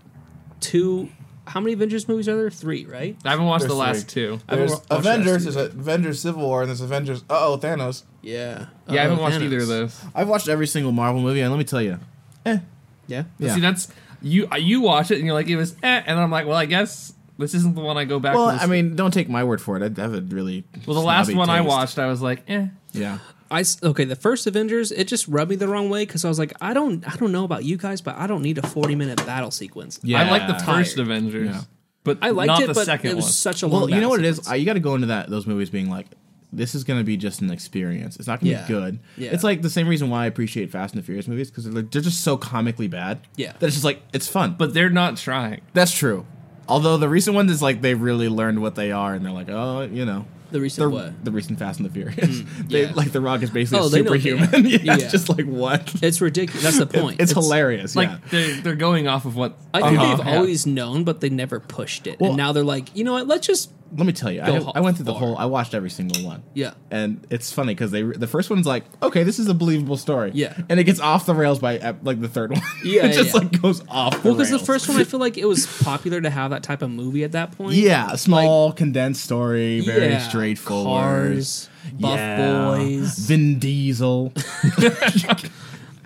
Speaker 2: two. How many Avengers movies are there? Three, right?
Speaker 3: I haven't watched
Speaker 4: There's
Speaker 3: the last
Speaker 4: three.
Speaker 3: two.
Speaker 2: I haven't
Speaker 4: There's
Speaker 2: wa- watched that
Speaker 4: Avengers,
Speaker 2: either.
Speaker 4: there's Avengers Civil War, and there's Avengers. Uh oh, Thanos.
Speaker 2: Yeah.
Speaker 3: Yeah, I haven't
Speaker 2: Uh,
Speaker 1: Oh,
Speaker 3: watched either
Speaker 2: Thanos.
Speaker 3: of those.
Speaker 1: I've watched every single Marvel movie, and let me tell you, eh,
Speaker 2: Yeah.
Speaker 1: yeah.
Speaker 3: See, that's you. You watch it and you're like, it was, eh, and I'm like, well, I guess this isn't the one I go back.
Speaker 1: well,
Speaker 3: to this.
Speaker 1: I mean, don't take my word for it. I have a really
Speaker 3: well, the last
Speaker 1: snobby
Speaker 3: one I
Speaker 1: taste.
Speaker 3: watched, I was like, eh.
Speaker 1: Yeah,
Speaker 2: I s- okay. The first Avengers, it just rubbed me the wrong way because I was like, I don't, I don't know about you guys, but I don't need a forty-minute battle sequence.
Speaker 1: yeah.
Speaker 3: I like the first
Speaker 2: Tired.
Speaker 3: Avengers,
Speaker 1: Yeah.
Speaker 3: but
Speaker 2: I liked
Speaker 3: not
Speaker 2: it,
Speaker 3: the
Speaker 2: but
Speaker 3: second
Speaker 2: it was
Speaker 3: one.
Speaker 2: such a long.
Speaker 1: Well, you know
Speaker 2: battle
Speaker 1: what it is.
Speaker 2: sequence.
Speaker 1: I, you got to go into that those movies being like, this is going to be just an experience. It's not going to
Speaker 2: Yeah.
Speaker 1: be good.
Speaker 2: Yeah.
Speaker 1: It's like the same reason why I appreciate Fast and the Furious movies because they're, they're just so comically bad.
Speaker 2: Yeah.
Speaker 1: that it's just like it's fun.
Speaker 3: but they're not trying.
Speaker 1: That's true. Although the recent ones is like they really learned what they are, and they're like, oh, you know,
Speaker 2: the
Speaker 1: the,
Speaker 2: recent what? Hmm,
Speaker 1: the recent Fast and the Furious. they
Speaker 2: yeah.
Speaker 1: like the Rock is basically
Speaker 2: Oh,
Speaker 1: a
Speaker 2: they know what they
Speaker 1: superhuman.
Speaker 2: are.
Speaker 1: yeah,
Speaker 2: Yeah.
Speaker 1: it's just like what?
Speaker 2: It's ridiculous. That's the point.
Speaker 1: It's, hilarious.
Speaker 3: Like
Speaker 1: yeah.
Speaker 3: they're they're going off of what
Speaker 2: I think
Speaker 3: uh-huh,
Speaker 2: they've
Speaker 3: yeah.
Speaker 2: always known, but they never pushed it.
Speaker 1: Well-
Speaker 2: and now they're like, you know what? Let's just
Speaker 1: Let me tell you,
Speaker 2: Go
Speaker 1: I, I went through the
Speaker 2: far.
Speaker 1: whole. I watched every single one.
Speaker 2: Yeah.
Speaker 1: and it's funny because they the first one's like, okay, this is a believable story.
Speaker 2: Yeah.
Speaker 1: and it gets off the rails by uh, like the third one.
Speaker 2: Yeah,
Speaker 1: it just
Speaker 2: yeah.
Speaker 1: like goes off. The
Speaker 2: Well, because the
Speaker 1: rails.
Speaker 2: first one, I feel like it was popular to have that type of movie at that point.
Speaker 1: Yeah, a small condensed story, very
Speaker 2: Yeah.
Speaker 1: straightforward.
Speaker 2: Cars, Buff
Speaker 1: Yeah.
Speaker 2: Boys,
Speaker 1: Vin Diesel.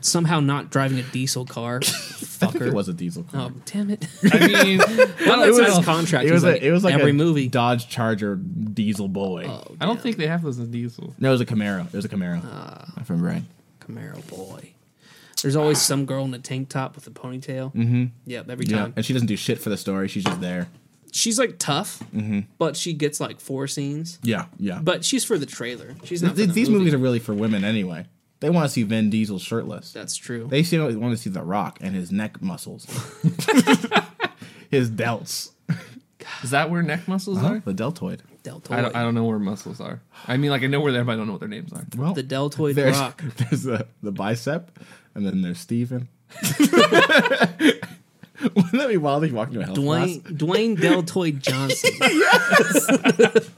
Speaker 2: somehow not driving a diesel car.
Speaker 1: I think it was a diesel car.
Speaker 2: Oh, damn it.
Speaker 3: I mean, I
Speaker 2: Well,
Speaker 3: don't,
Speaker 2: that's
Speaker 3: I
Speaker 2: in his
Speaker 3: don't-
Speaker 2: contract.
Speaker 1: It was,
Speaker 2: He's
Speaker 1: a, it was like
Speaker 2: every
Speaker 1: a
Speaker 2: movie.
Speaker 1: Dodge Charger diesel boy.
Speaker 2: oh,
Speaker 3: I don't think they have those in diesel.
Speaker 1: No, it was a Camaro. It was a Camaro.
Speaker 2: Ah.
Speaker 1: I remember right.
Speaker 2: Camaro oh boy. There's always some girl in a tank top with a ponytail. Mm-hmm. Yep, every
Speaker 1: Yeah,
Speaker 2: time.
Speaker 1: and she doesn't do shit for the story. She's just there.
Speaker 2: She's like tough,
Speaker 1: Mm-hmm.
Speaker 2: but she gets like four scenes.
Speaker 1: Yeah, yeah.
Speaker 2: But she's for the trailer. She's
Speaker 1: Th-
Speaker 2: not.
Speaker 1: th-
Speaker 2: for the
Speaker 1: these
Speaker 2: movie.
Speaker 1: movies are really for women anyway. They want to see Vin Diesel shirtless.
Speaker 2: That's true.
Speaker 1: They see, want to see The Rock and his neck muscles, his delts,
Speaker 3: Is that where neck muscles
Speaker 2: Uh-huh.
Speaker 3: are?
Speaker 1: the deltoid.
Speaker 3: I
Speaker 2: deltoid.
Speaker 3: don't, I don't know where muscles are. I mean, like I know where they are, but I don't know what their names are.
Speaker 1: Well,
Speaker 2: the deltoid
Speaker 1: there's,
Speaker 2: rock.
Speaker 1: There's the, the bicep, and then there's Steven. Wouldn't that be wild if you walked into a health
Speaker 2: Dwayne
Speaker 1: class?
Speaker 2: Dwayne Deltoid Johnson. yes.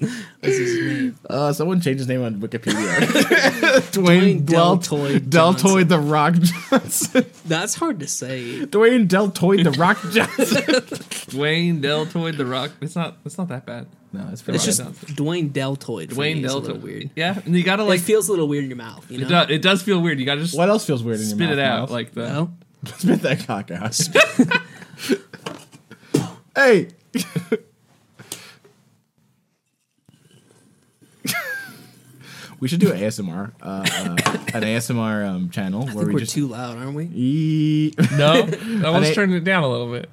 Speaker 2: That's his name.
Speaker 1: Uh, someone changed his name on Wikipedia. Dwayne,
Speaker 2: Dwayne
Speaker 1: Delt-
Speaker 2: Deltoid Johnson.
Speaker 1: Deltoid the Rock Johnson.
Speaker 2: That's hard to say.
Speaker 1: Dwayne Deltoid the Rock Johnson.
Speaker 3: Dwayne Deltoid, The Rock. It's not. It's not that bad.
Speaker 1: no, it's pretty
Speaker 2: It's just Dwayne Deltoid. for me
Speaker 3: Dwayne
Speaker 2: is a little
Speaker 3: Deltoid.
Speaker 2: Weird.
Speaker 3: Yeah, and you gotta
Speaker 2: It
Speaker 3: like.
Speaker 2: feels a little weird in your mouth. You know.
Speaker 3: It does, it does feel weird. You gotta just
Speaker 1: What else feels weird in your
Speaker 3: spit
Speaker 1: mouth?
Speaker 3: it out
Speaker 1: Miles?
Speaker 3: like the.
Speaker 2: No?
Speaker 1: Spit that cock out. hey. we should do an ASMR, uh, uh, an ASMR um, channel where
Speaker 2: I think
Speaker 1: we
Speaker 2: we're
Speaker 1: just
Speaker 2: too loud, aren't we?
Speaker 1: E-
Speaker 3: No, I was
Speaker 1: they-
Speaker 3: turning it down a little bit.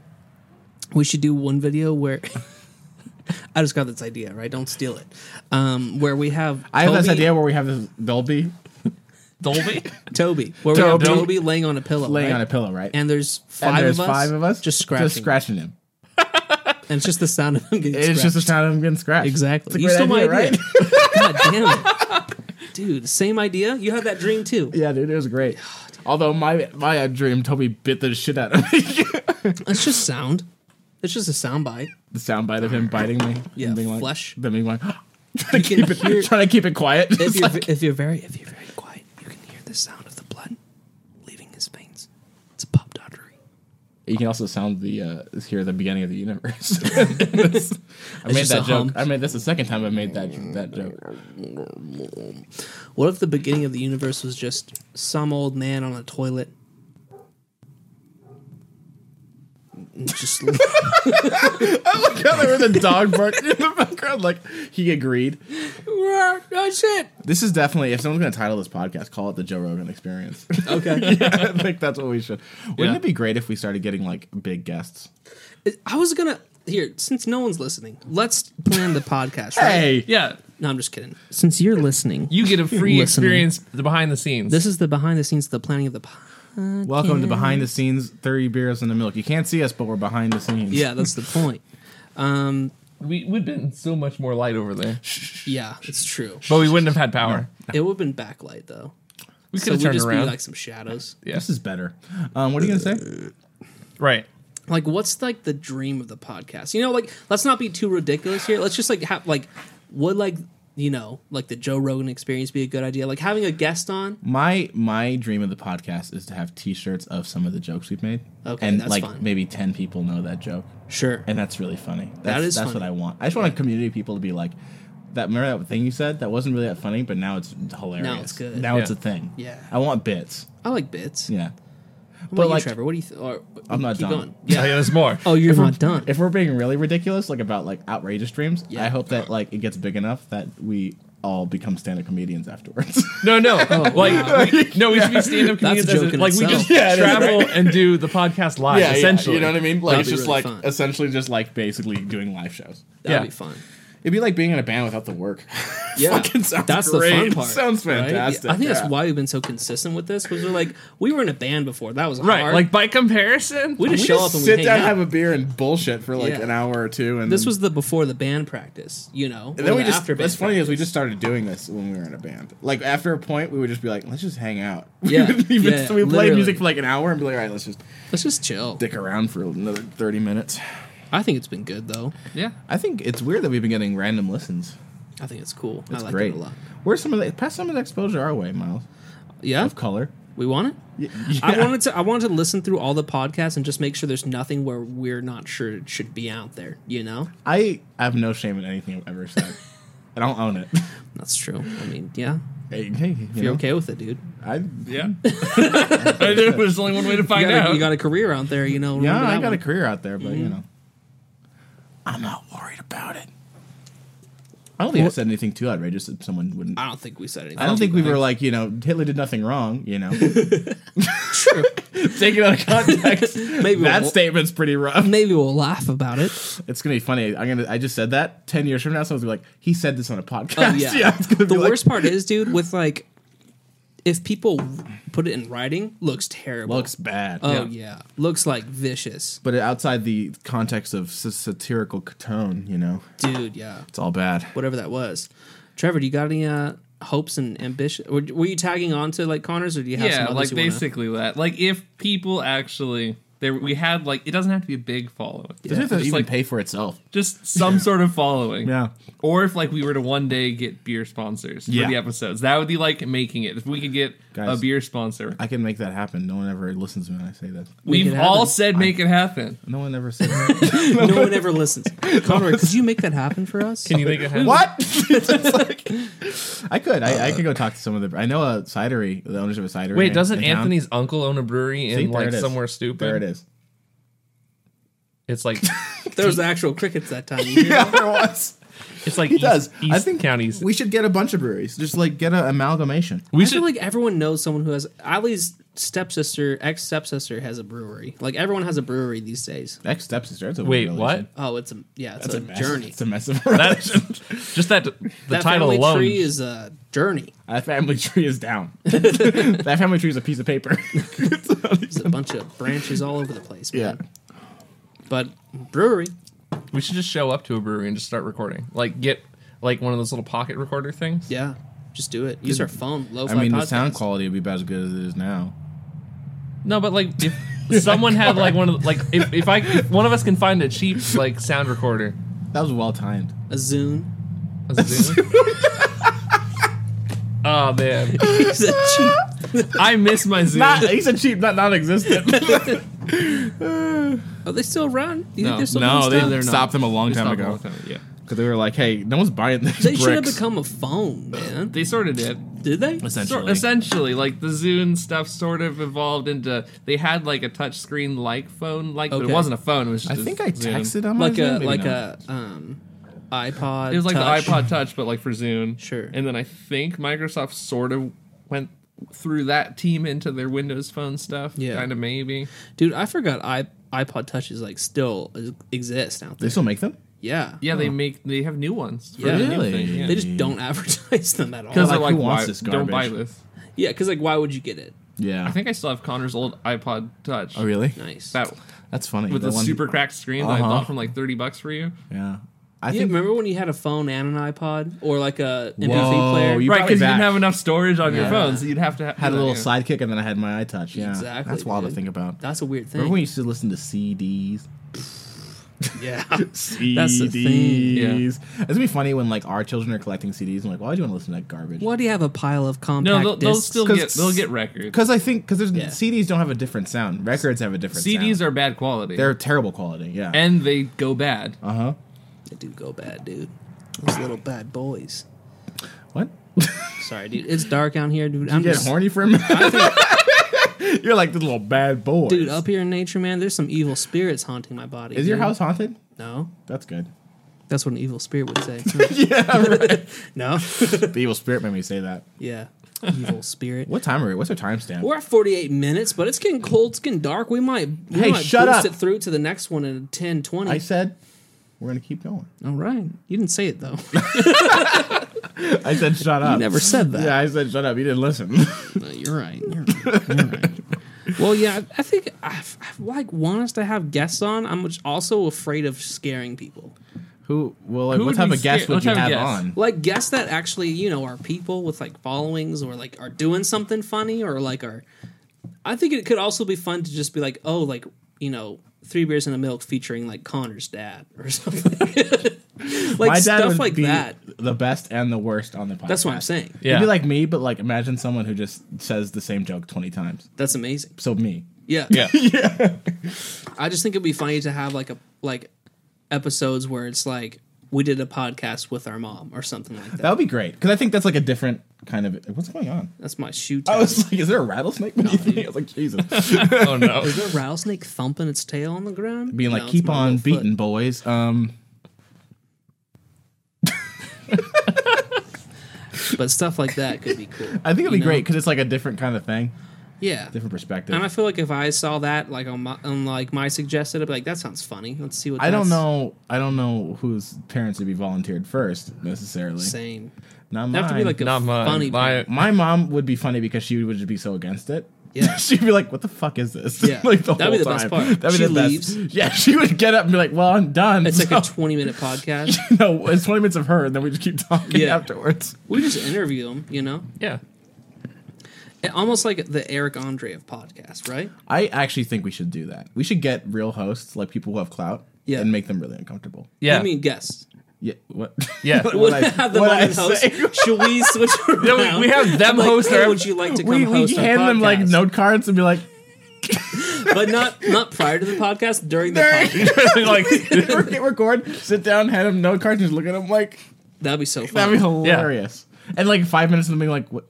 Speaker 2: We should do one video where. I just got this idea, right? Don't steal it. Um, where we have
Speaker 1: I have this
Speaker 2: Toby-
Speaker 1: idea where we have this Dolby
Speaker 3: Dolby.
Speaker 2: Toby, where we have
Speaker 1: Toby.
Speaker 2: Toby laying on a pillow,
Speaker 1: laying
Speaker 2: right?
Speaker 1: on a pillow, right?
Speaker 2: and there's
Speaker 1: And
Speaker 2: five
Speaker 1: there's
Speaker 2: of us,
Speaker 1: five of us
Speaker 2: just scratching,
Speaker 1: just scratching him.
Speaker 2: and it's just the sound of him getting
Speaker 1: It's
Speaker 2: scratched.
Speaker 1: just the sound of him getting scratched.
Speaker 2: Exactly.
Speaker 1: It's a great idea, right?
Speaker 2: God damn it. Dude, same idea? You had that dream too.
Speaker 1: yeah, dude, it was great. Although my my uh, dream, Toby bit the shit out of me.
Speaker 2: It's just sound. It's just a sound bite.
Speaker 1: the sound bite of him biting me.
Speaker 2: Yeah,
Speaker 1: and being like,
Speaker 2: flesh.
Speaker 1: Then being like, to keep it,
Speaker 2: hear-
Speaker 1: trying to keep it quiet.
Speaker 2: If you're, if you're very if you're very quiet, you can hear the sound of the blood leaving his veins. It's a pop artery.
Speaker 1: you can also sound the uh, hear the beginning of the universe. I made
Speaker 2: just a
Speaker 1: that joke.
Speaker 2: hum.
Speaker 1: I made this the second time I made that that joke.
Speaker 2: What if the beginning of the universe was just some old man on a toilet? Just
Speaker 1: Yeah, there were the dog barking in the background. Like he agreed.
Speaker 2: that's it.
Speaker 1: This is definitely if someone's going to title this podcast, call it the Joe Rogan Experience.
Speaker 2: Okay.
Speaker 1: I think that's what we should. Wouldn't
Speaker 3: Yeah.
Speaker 1: it be great if we started getting like big guests?
Speaker 2: I was gonna here since no one's listening. Let's plan the podcast. Right?
Speaker 1: Hey,
Speaker 3: Yeah,
Speaker 2: No, I'm just kidding. Since you're listening,
Speaker 3: you get a free
Speaker 2: Listening.
Speaker 3: experience the behind the scenes.
Speaker 2: this is the behind the scenes, the planning of the. Po-
Speaker 1: welcome to behind the scenes, thirty beers and a milk. You can't see us, but we're behind the scenes.
Speaker 2: yeah, that's the point.
Speaker 3: we would have been so much more light over there,
Speaker 2: Yeah, it's true.
Speaker 3: but we wouldn't have had power.
Speaker 2: It would have been backlight though.
Speaker 3: We
Speaker 2: So
Speaker 3: could
Speaker 2: we'd
Speaker 3: have turned
Speaker 2: just
Speaker 3: around.
Speaker 2: be like some shadows.
Speaker 3: yeah.
Speaker 1: This is better. Um, what are you gonna say?
Speaker 3: right.
Speaker 2: Like, what's like the dream of the podcast? You know, like let's not be too ridiculous here. Let's just like have like would like you know like the Joe Rogan experience be a good idea? Like having a guest on.
Speaker 1: My my dream of the podcast is to have T-shirts of some of the jokes we've made,
Speaker 2: Okay,
Speaker 1: and
Speaker 2: that's
Speaker 1: like
Speaker 2: fine.
Speaker 1: maybe ten people know that joke,
Speaker 2: Sure.
Speaker 1: and that's really funny. That's,
Speaker 2: is
Speaker 1: that's what
Speaker 2: funny.
Speaker 1: I want. I just want a community of people to be like, that remember that thing you said that wasn't really that funny, but now it's hilarious.
Speaker 2: Now it's good.
Speaker 1: Now it's a
Speaker 3: Yeah.
Speaker 1: thing.
Speaker 2: Yeah.
Speaker 1: I want bits.
Speaker 2: I like bits.
Speaker 1: Yeah,
Speaker 2: What about
Speaker 1: like-
Speaker 2: you, Trevor? What do you? Th- or,
Speaker 1: I'm not
Speaker 2: keep
Speaker 1: done.
Speaker 2: going.
Speaker 3: Oh,
Speaker 2: Yeah.
Speaker 3: yeah, there's more.
Speaker 2: Oh, you're not done.
Speaker 1: if we're being really ridiculous, like about like outrageous dreams,
Speaker 2: Yeah.
Speaker 1: I hope that like it gets big enough that we all become stand-up comedians afterwards.
Speaker 3: No, no. like, we- no, we should be stand up
Speaker 2: That's a
Speaker 3: comedians. as
Speaker 2: joke
Speaker 3: a-
Speaker 2: in
Speaker 3: Like, we
Speaker 2: itself.
Speaker 3: just
Speaker 1: Yeah, it is,
Speaker 3: travel and do the podcast live, essentially.
Speaker 1: you know what I mean? Like
Speaker 2: That'd
Speaker 1: it's
Speaker 2: be
Speaker 1: just
Speaker 2: really
Speaker 1: like
Speaker 2: fun.
Speaker 1: essentially just like basically doing live shows.
Speaker 2: That'd
Speaker 3: yeah.
Speaker 2: be fun.
Speaker 1: It'd be like being in a band without the work.
Speaker 2: Yeah,
Speaker 1: Fucking sounds
Speaker 2: that's the fun
Speaker 1: great.
Speaker 2: part.
Speaker 1: Sounds
Speaker 2: right?
Speaker 1: fantastic,
Speaker 2: I think
Speaker 1: yeah.
Speaker 2: that's why we've been so consistent with this because we're like we were in a band before. That was
Speaker 3: Right.
Speaker 2: hard.
Speaker 3: Like, by comparison,
Speaker 2: we just
Speaker 1: We
Speaker 2: show
Speaker 1: just
Speaker 2: up and we
Speaker 1: sit
Speaker 2: hang
Speaker 1: down,
Speaker 2: out.
Speaker 1: have a beer, and bullshit for like
Speaker 2: Yeah.
Speaker 1: an hour or two, and
Speaker 2: this
Speaker 1: then-
Speaker 2: was the before the band practice. You know,
Speaker 1: And then
Speaker 2: or
Speaker 1: we
Speaker 2: the
Speaker 1: just.
Speaker 2: after band
Speaker 1: what's funny
Speaker 2: practice.
Speaker 1: is we just started doing this when we were in a band. Like after a point, we would just be like, let's just hang out. We
Speaker 2: Yeah.
Speaker 1: wouldn't even-
Speaker 2: Yeah,
Speaker 1: so we play
Speaker 2: literally.
Speaker 1: music for like an hour and be like, all right, let's just
Speaker 2: let's just chill.
Speaker 1: dick around for another thirty minutes.
Speaker 2: I think it's been good though.
Speaker 3: Yeah.
Speaker 1: I think it's weird that we've been getting random listens.
Speaker 2: I think it's cool. I
Speaker 1: It's
Speaker 2: like
Speaker 1: great.
Speaker 2: it a lot.
Speaker 1: Where's some of the pass some of the exposure our way, Miles
Speaker 2: Yeah,
Speaker 1: of color.
Speaker 2: we want it. I wanted to. I wanted to listen through all the podcasts and just make sure there's nothing where we're not sure it should be out there. You know,
Speaker 1: I have no shame in anything I've ever said. I don't own it.
Speaker 2: that's true. I mean, yeah,
Speaker 1: Hey, hey, you
Speaker 2: if you're
Speaker 1: know,
Speaker 2: okay with it, dude.
Speaker 1: I
Speaker 3: Yeah. There's only one way to
Speaker 2: You
Speaker 3: find
Speaker 2: got, a,
Speaker 3: out.
Speaker 2: you got a career out there, you know.
Speaker 1: Yeah,
Speaker 2: remember
Speaker 1: I
Speaker 2: that
Speaker 1: got
Speaker 2: one.
Speaker 1: a career out there, but you know, I'm not worried about it. I don't think I said anything too outrageous that someone wouldn't.
Speaker 2: I
Speaker 1: I,
Speaker 2: don't think we said anything.
Speaker 1: don't think we were like, you know, Hitler did nothing wrong. You know, take
Speaker 2: True.
Speaker 1: it out of context.
Speaker 2: Maybe
Speaker 1: that
Speaker 2: we'll-
Speaker 1: statement's pretty rough.
Speaker 2: Maybe we'll laugh about it.
Speaker 1: It's gonna be funny. I'm gonna. I just said that ten years from now, someone's gonna be like, he said this on a podcast.
Speaker 2: Oh, yeah.
Speaker 1: it's gonna
Speaker 2: the
Speaker 1: be like-
Speaker 2: worst part is, dude, with like, if people put it in writing, looks terrible.
Speaker 1: looks bad.
Speaker 2: Oh
Speaker 3: Yeah.
Speaker 2: yeah. looks like vicious,
Speaker 1: But outside the context of s- satirical tone, you know,
Speaker 2: dude. Yeah,
Speaker 1: it's all bad.
Speaker 2: whatever that was. Trevor, do you got any uh, hopes and ambition? Were, were you tagging on to like Connors, or do you have
Speaker 3: yeah,
Speaker 2: some
Speaker 3: like
Speaker 2: others you wanna-
Speaker 3: basically that. Like if people actually there we had like it doesn't have to be a big following.
Speaker 1: Doesn't have to
Speaker 3: Just
Speaker 1: even
Speaker 3: like
Speaker 1: pay for itself.
Speaker 3: just some sort of following.
Speaker 1: Yeah.
Speaker 3: Or if like we were to one day get beer sponsors
Speaker 1: Yeah.
Speaker 3: for the episodes. That would be like making it. If we could get
Speaker 1: Guys.
Speaker 3: a beer sponsor.
Speaker 1: I can make that happen. No one ever listens to me when I say that.
Speaker 2: Make
Speaker 3: We've
Speaker 2: it
Speaker 3: all
Speaker 2: happen.
Speaker 3: said make it happen.
Speaker 1: No one ever said that.
Speaker 2: no one ever listens. Connor, could you make that happen for us?
Speaker 3: Can you make it happen?
Speaker 1: what? It's like- I could. I, I could go talk to some of the. I know a cidery, the owners of a cidery.
Speaker 3: Wait,
Speaker 1: in-
Speaker 3: doesn't
Speaker 1: in town.
Speaker 3: Anthony's uncle own a brewery
Speaker 1: See,
Speaker 3: in
Speaker 1: there
Speaker 3: like
Speaker 1: it is.
Speaker 3: somewhere stupid?
Speaker 1: There it is.
Speaker 3: It's like
Speaker 2: There was actual crickets that time. You hear that?
Speaker 1: there was.
Speaker 3: it's like
Speaker 1: He does.
Speaker 3: East,
Speaker 1: I think
Speaker 3: counties.
Speaker 1: We should get a bunch of breweries. Just like get an amalgamation.
Speaker 3: we
Speaker 2: I feel like everyone knows someone who has Ali's stepsister, ex stepsister has a brewery. Like everyone has a brewery these days.
Speaker 1: Next steps is there's a
Speaker 3: wait.
Speaker 1: relation.
Speaker 3: What?
Speaker 2: Oh, it's a yeah, it's
Speaker 1: It's
Speaker 2: a,
Speaker 1: a mess.
Speaker 2: journey.
Speaker 1: It's a mess of
Speaker 3: That's just that the
Speaker 2: that
Speaker 3: title
Speaker 2: family
Speaker 3: alone.
Speaker 2: tree is a journey.
Speaker 1: That family tree is down. that family tree is a piece of paper.
Speaker 2: There's a bunch of branches all over the place.
Speaker 1: yeah.
Speaker 2: Man. but brewery.
Speaker 3: We should just show up to a brewery and just start recording. Like get like one of those little pocket recorder things.
Speaker 2: Yeah, just do it. Use our phone. Low.
Speaker 1: I mean, the sound quality would be about as good as it is now.
Speaker 3: No, but like if someone had like one of the- like if, if I if one of us can find a cheap like sound recorder.
Speaker 1: That was well timed.
Speaker 2: A Zune.
Speaker 3: Oh man,
Speaker 2: He's a cheap.
Speaker 3: I miss my Zoom.
Speaker 1: Not, he's a cheap, not non-existent.
Speaker 2: Oh, they still run? You
Speaker 3: no,
Speaker 2: think they're still
Speaker 3: no,
Speaker 2: doing
Speaker 3: they
Speaker 2: stuff?
Speaker 1: they're
Speaker 3: not.
Speaker 1: stopped them a long
Speaker 3: They
Speaker 1: time
Speaker 3: stopped
Speaker 1: ago.
Speaker 3: a long time- Yeah,
Speaker 1: Because they were like, "Hey, no one's buying these
Speaker 2: They should have
Speaker 1: bricks."
Speaker 2: become a phone, man.
Speaker 3: they sort of did.
Speaker 2: Did they?
Speaker 3: Sort-
Speaker 1: essentially.
Speaker 3: essentially, like the Zune stuff sort of evolved into they had like a touchscreen like phone, like but it
Speaker 2: Okay.
Speaker 3: wasn't a phone. It was
Speaker 1: I
Speaker 3: just
Speaker 1: think
Speaker 3: a
Speaker 1: I
Speaker 3: Zune.
Speaker 1: texted on my
Speaker 2: Like a
Speaker 1: Zoom, maybe
Speaker 2: like
Speaker 1: not.
Speaker 2: a um iPod.
Speaker 3: It was like
Speaker 2: Touch.
Speaker 3: the iPod Touch, but like for Zune.
Speaker 2: Sure.
Speaker 3: And then I think Microsoft sort of went through that team into their Windows Phone stuff.
Speaker 2: Yeah.
Speaker 3: kind of maybe.
Speaker 2: Dude, I forgot i iPod touches like still exist out
Speaker 1: They
Speaker 2: there.
Speaker 1: still make them.
Speaker 2: Yeah.
Speaker 3: Yeah, they make they have new ones. for
Speaker 2: Yeah.
Speaker 3: the new
Speaker 1: Really?
Speaker 3: thing, yeah.
Speaker 2: They just don't advertise them at all.
Speaker 3: because
Speaker 1: Like,
Speaker 3: they're like,
Speaker 1: who wants
Speaker 3: why,
Speaker 1: this
Speaker 3: don't buy
Speaker 1: garbage?
Speaker 3: this.
Speaker 2: yeah, because like, why would you get it?
Speaker 1: Yeah.
Speaker 3: I think I still have Connor's old iPod Touch.
Speaker 1: oh really?
Speaker 2: Nice.
Speaker 3: That
Speaker 1: That's funny.
Speaker 3: with
Speaker 1: the
Speaker 3: the,
Speaker 1: one-
Speaker 3: super cracked screen that I
Speaker 1: Uh-huh.
Speaker 3: bought from like thirty bucks for you.
Speaker 1: Yeah. I
Speaker 2: you
Speaker 1: think.
Speaker 2: remember when you had a phone and an iPod or like a MP3
Speaker 1: Whoa,
Speaker 2: player?
Speaker 1: you-
Speaker 3: Right,
Speaker 1: Probably
Speaker 3: because you
Speaker 1: back.
Speaker 3: didn't have enough storage on your
Speaker 2: Yeah.
Speaker 3: phone, so you'd have to ha-
Speaker 1: had a
Speaker 3: yeah,
Speaker 1: little
Speaker 3: yeah.
Speaker 1: sidekick and then I had my iTouch. Yeah,
Speaker 2: Exactly,
Speaker 1: That's wild
Speaker 2: dude.
Speaker 1: to think about.
Speaker 2: That's a weird thing.
Speaker 1: Remember when we used to listen to CDs?
Speaker 2: yeah.
Speaker 1: CDs.
Speaker 2: the thing.
Speaker 3: Yeah.
Speaker 1: It's gonna be funny when like our children are collecting CDs and like, why do you want to listen to that garbage?
Speaker 2: Why do you have a pile of compact
Speaker 3: No, they'll, they'll
Speaker 2: discs?
Speaker 3: still
Speaker 1: 'Cause
Speaker 3: get they'll get records.
Speaker 1: Because I think because
Speaker 2: Yeah.
Speaker 1: CDs don't have a different sound. Records have a different.
Speaker 3: CDs
Speaker 1: sound.
Speaker 3: are bad quality,
Speaker 1: they're terrible quality. Yeah.
Speaker 3: and they go bad.
Speaker 1: uh huh.
Speaker 2: They do go bad, dude. Those little bad boys.
Speaker 1: What?
Speaker 2: Sorry, dude. It's dark out here, dude. I'm
Speaker 1: Get
Speaker 2: just
Speaker 1: horny for a minute. You're like this little bad boy.
Speaker 2: dude up here in nature, man. There's some evil spirits haunting my body.
Speaker 1: Is your
Speaker 2: dude.
Speaker 1: house haunted?
Speaker 2: No,
Speaker 1: That's good.
Speaker 2: that's what an evil spirit would say.
Speaker 1: yeah. Right.
Speaker 2: no,
Speaker 1: the evil spirit made me say that.
Speaker 2: yeah, evil spirit.
Speaker 1: What time are we? What's our timestamp?
Speaker 2: We're at 48 minutes, but it's getting cold. It's getting dark. We might, we
Speaker 1: Hey,
Speaker 2: might
Speaker 1: shut
Speaker 2: boost
Speaker 1: up.
Speaker 2: it through to the next one in 10, 20.
Speaker 1: I said we're gonna keep going.
Speaker 2: All right. You didn't say it, though.
Speaker 1: I said shut up.
Speaker 2: You never said that.
Speaker 1: Yeah, I said shut up. You didn't listen.
Speaker 2: No, you're right. You're right. You're right. well, yeah, I- I think I, I like want us to have guests on. I'm just also afraid of scaring people.
Speaker 1: Who? Well, like,
Speaker 3: Who
Speaker 1: what
Speaker 3: would
Speaker 1: type
Speaker 3: be
Speaker 1: of guest
Speaker 3: scared-
Speaker 1: would
Speaker 3: what
Speaker 1: you
Speaker 3: type of
Speaker 1: have
Speaker 3: guest?
Speaker 1: on?
Speaker 2: Like guests that actually, you know, are people with like followings or like are doing something funny or like are. I think it could also be fun to just be like, oh, like you know, three beers and a milk featuring like Connor's dad or something. like stuff like that.
Speaker 1: the best and the worst on the podcast.
Speaker 2: That's what I'm saying.
Speaker 1: Yeah.
Speaker 3: Yeah.
Speaker 1: He'd be like me, but like imagine someone who just says the same joke twenty times.
Speaker 2: That's amazing.
Speaker 1: So me.
Speaker 2: Yeah.
Speaker 3: Yeah.
Speaker 2: I just think it'd be funny to have like a like episodes where it's like we did a podcast with our mom or something like that.
Speaker 1: That would be great because I think that's like a different kind of. What's going on?
Speaker 2: That's my shoe.
Speaker 1: I
Speaker 2: Tag.
Speaker 1: was like, is there a rattlesnake beneath me? I was like, Jesus.
Speaker 3: oh no.
Speaker 2: Is there a rattlesnake thumping its tail on the ground?
Speaker 1: Being like,
Speaker 2: No, it's
Speaker 1: keep
Speaker 2: my
Speaker 1: on
Speaker 2: little foot.
Speaker 1: beating, boys. Um,
Speaker 2: But stuff like that could be cool.
Speaker 1: I think it'd be
Speaker 2: You know?
Speaker 1: great because it's like a different kind of thing,
Speaker 2: Yeah.
Speaker 1: different perspective.
Speaker 2: And I feel like if I saw that like on my on like my suggested, I'd be like, that sounds funny. Let's see what.
Speaker 1: I don't
Speaker 2: that's
Speaker 1: know. I don't know whose parents would be volunteered first necessarily.
Speaker 2: Same.
Speaker 1: Not mine.
Speaker 2: They have to be like a
Speaker 3: Not mine.
Speaker 2: funny.
Speaker 3: My-
Speaker 1: My mom would be funny because she would just be so against it.
Speaker 2: Yeah.
Speaker 1: She'd be like, "What the fuck is this?"
Speaker 2: Yeah.
Speaker 1: like the
Speaker 2: That'd be
Speaker 1: whole
Speaker 2: the best
Speaker 1: time.
Speaker 2: part.
Speaker 1: That'd be
Speaker 2: She
Speaker 1: the best.
Speaker 2: leaves.
Speaker 1: Yeah, she would get up and be like, "Well, I'm done."
Speaker 2: It's like
Speaker 1: So-
Speaker 2: a twenty minute podcast.
Speaker 1: no, it's twenty minutes of her, and then we just keep talking
Speaker 2: Yeah.
Speaker 1: afterwards.
Speaker 2: we just interview them, you know,
Speaker 3: Yeah.
Speaker 2: almost like the Eric Andre of podcast, right?
Speaker 1: I actually think we should do that. We should get real hosts, like people who have clout,
Speaker 2: Yeah.
Speaker 1: and make them really uncomfortable.
Speaker 3: Yeah.
Speaker 2: I mean, guests.
Speaker 1: Yeah, what?
Speaker 3: Yeah.
Speaker 1: What
Speaker 2: would
Speaker 1: I-
Speaker 2: have them
Speaker 1: what
Speaker 2: on
Speaker 1: I
Speaker 2: and host.
Speaker 1: say.
Speaker 2: Should we switch around?
Speaker 3: we- we have them
Speaker 2: I'm like,
Speaker 3: host
Speaker 2: hey,
Speaker 3: our-
Speaker 2: would you like to come
Speaker 1: We, we
Speaker 2: host our
Speaker 1: hand them like
Speaker 2: podcast?
Speaker 1: note cards and be like,
Speaker 2: but not not prior to the podcast. During the podcast,
Speaker 3: like
Speaker 1: hit record, sit down, hand them note cards, and just look at them like
Speaker 2: that'd be so fun.
Speaker 1: that'd be hilarious. And like five minutes of them being like, "What?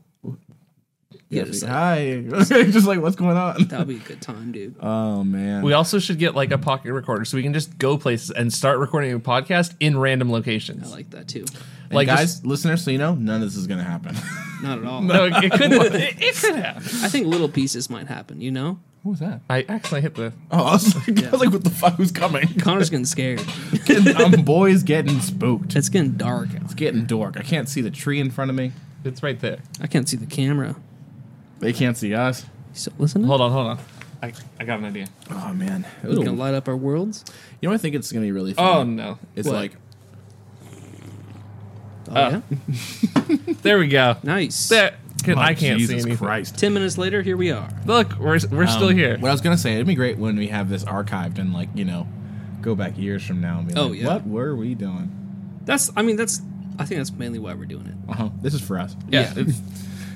Speaker 2: yeah,
Speaker 1: Just
Speaker 2: just
Speaker 1: like,
Speaker 2: like,
Speaker 1: Hi. just like, what's going on?
Speaker 2: that'd be a good time, dude.
Speaker 1: Oh, man.
Speaker 3: we also should get like a pocket recorder so we can just go places and start recording a podcast in random
Speaker 2: I
Speaker 3: locations.
Speaker 2: like that too.
Speaker 1: And
Speaker 3: like,
Speaker 1: guys,
Speaker 3: just-
Speaker 1: listeners, so you know, none of this is going to happen.
Speaker 2: Not at all.
Speaker 3: No, it, it could it, it could have.
Speaker 2: I think little pieces might happen. You know,
Speaker 3: What was that? I actually hit the
Speaker 1: oh, I was, like, I was like, what the fuck? Who's coming?
Speaker 2: Connor's getting scared.
Speaker 1: I'm boys getting spooked.
Speaker 2: It's getting dark. out.
Speaker 1: It's getting dork. I can't see the tree in front of me.
Speaker 3: it's right there.
Speaker 2: I can't see the camera.
Speaker 1: They can't see us.
Speaker 2: You still listening?
Speaker 3: Hold on, hold on. I, I got an idea.
Speaker 1: Oh, man. Ooh.
Speaker 2: We
Speaker 1: You
Speaker 2: can
Speaker 1: know,
Speaker 2: light up our worlds.
Speaker 1: what I think it's going to be really fun.
Speaker 3: Oh no.
Speaker 1: it's
Speaker 2: what?
Speaker 1: like,
Speaker 2: Oh
Speaker 3: Uh.
Speaker 2: yeah,
Speaker 3: There we go.
Speaker 2: nice.
Speaker 3: There. Can,
Speaker 1: oh,
Speaker 3: I can't
Speaker 1: Jesus
Speaker 3: see anything.
Speaker 1: Christ.
Speaker 2: Ten minutes later, here we are.
Speaker 3: Look, we're we're still
Speaker 1: Um,
Speaker 3: here.
Speaker 1: What I was going to say, it'd be great when we have this archived and, like, you know, go back years from now and be
Speaker 2: Oh,
Speaker 1: like,
Speaker 2: yeah.
Speaker 1: what were we doing?
Speaker 2: That's. I mean, that's I think that's mainly why we're doing it.
Speaker 1: Uh-huh. This is for us.
Speaker 3: Yeah, It's,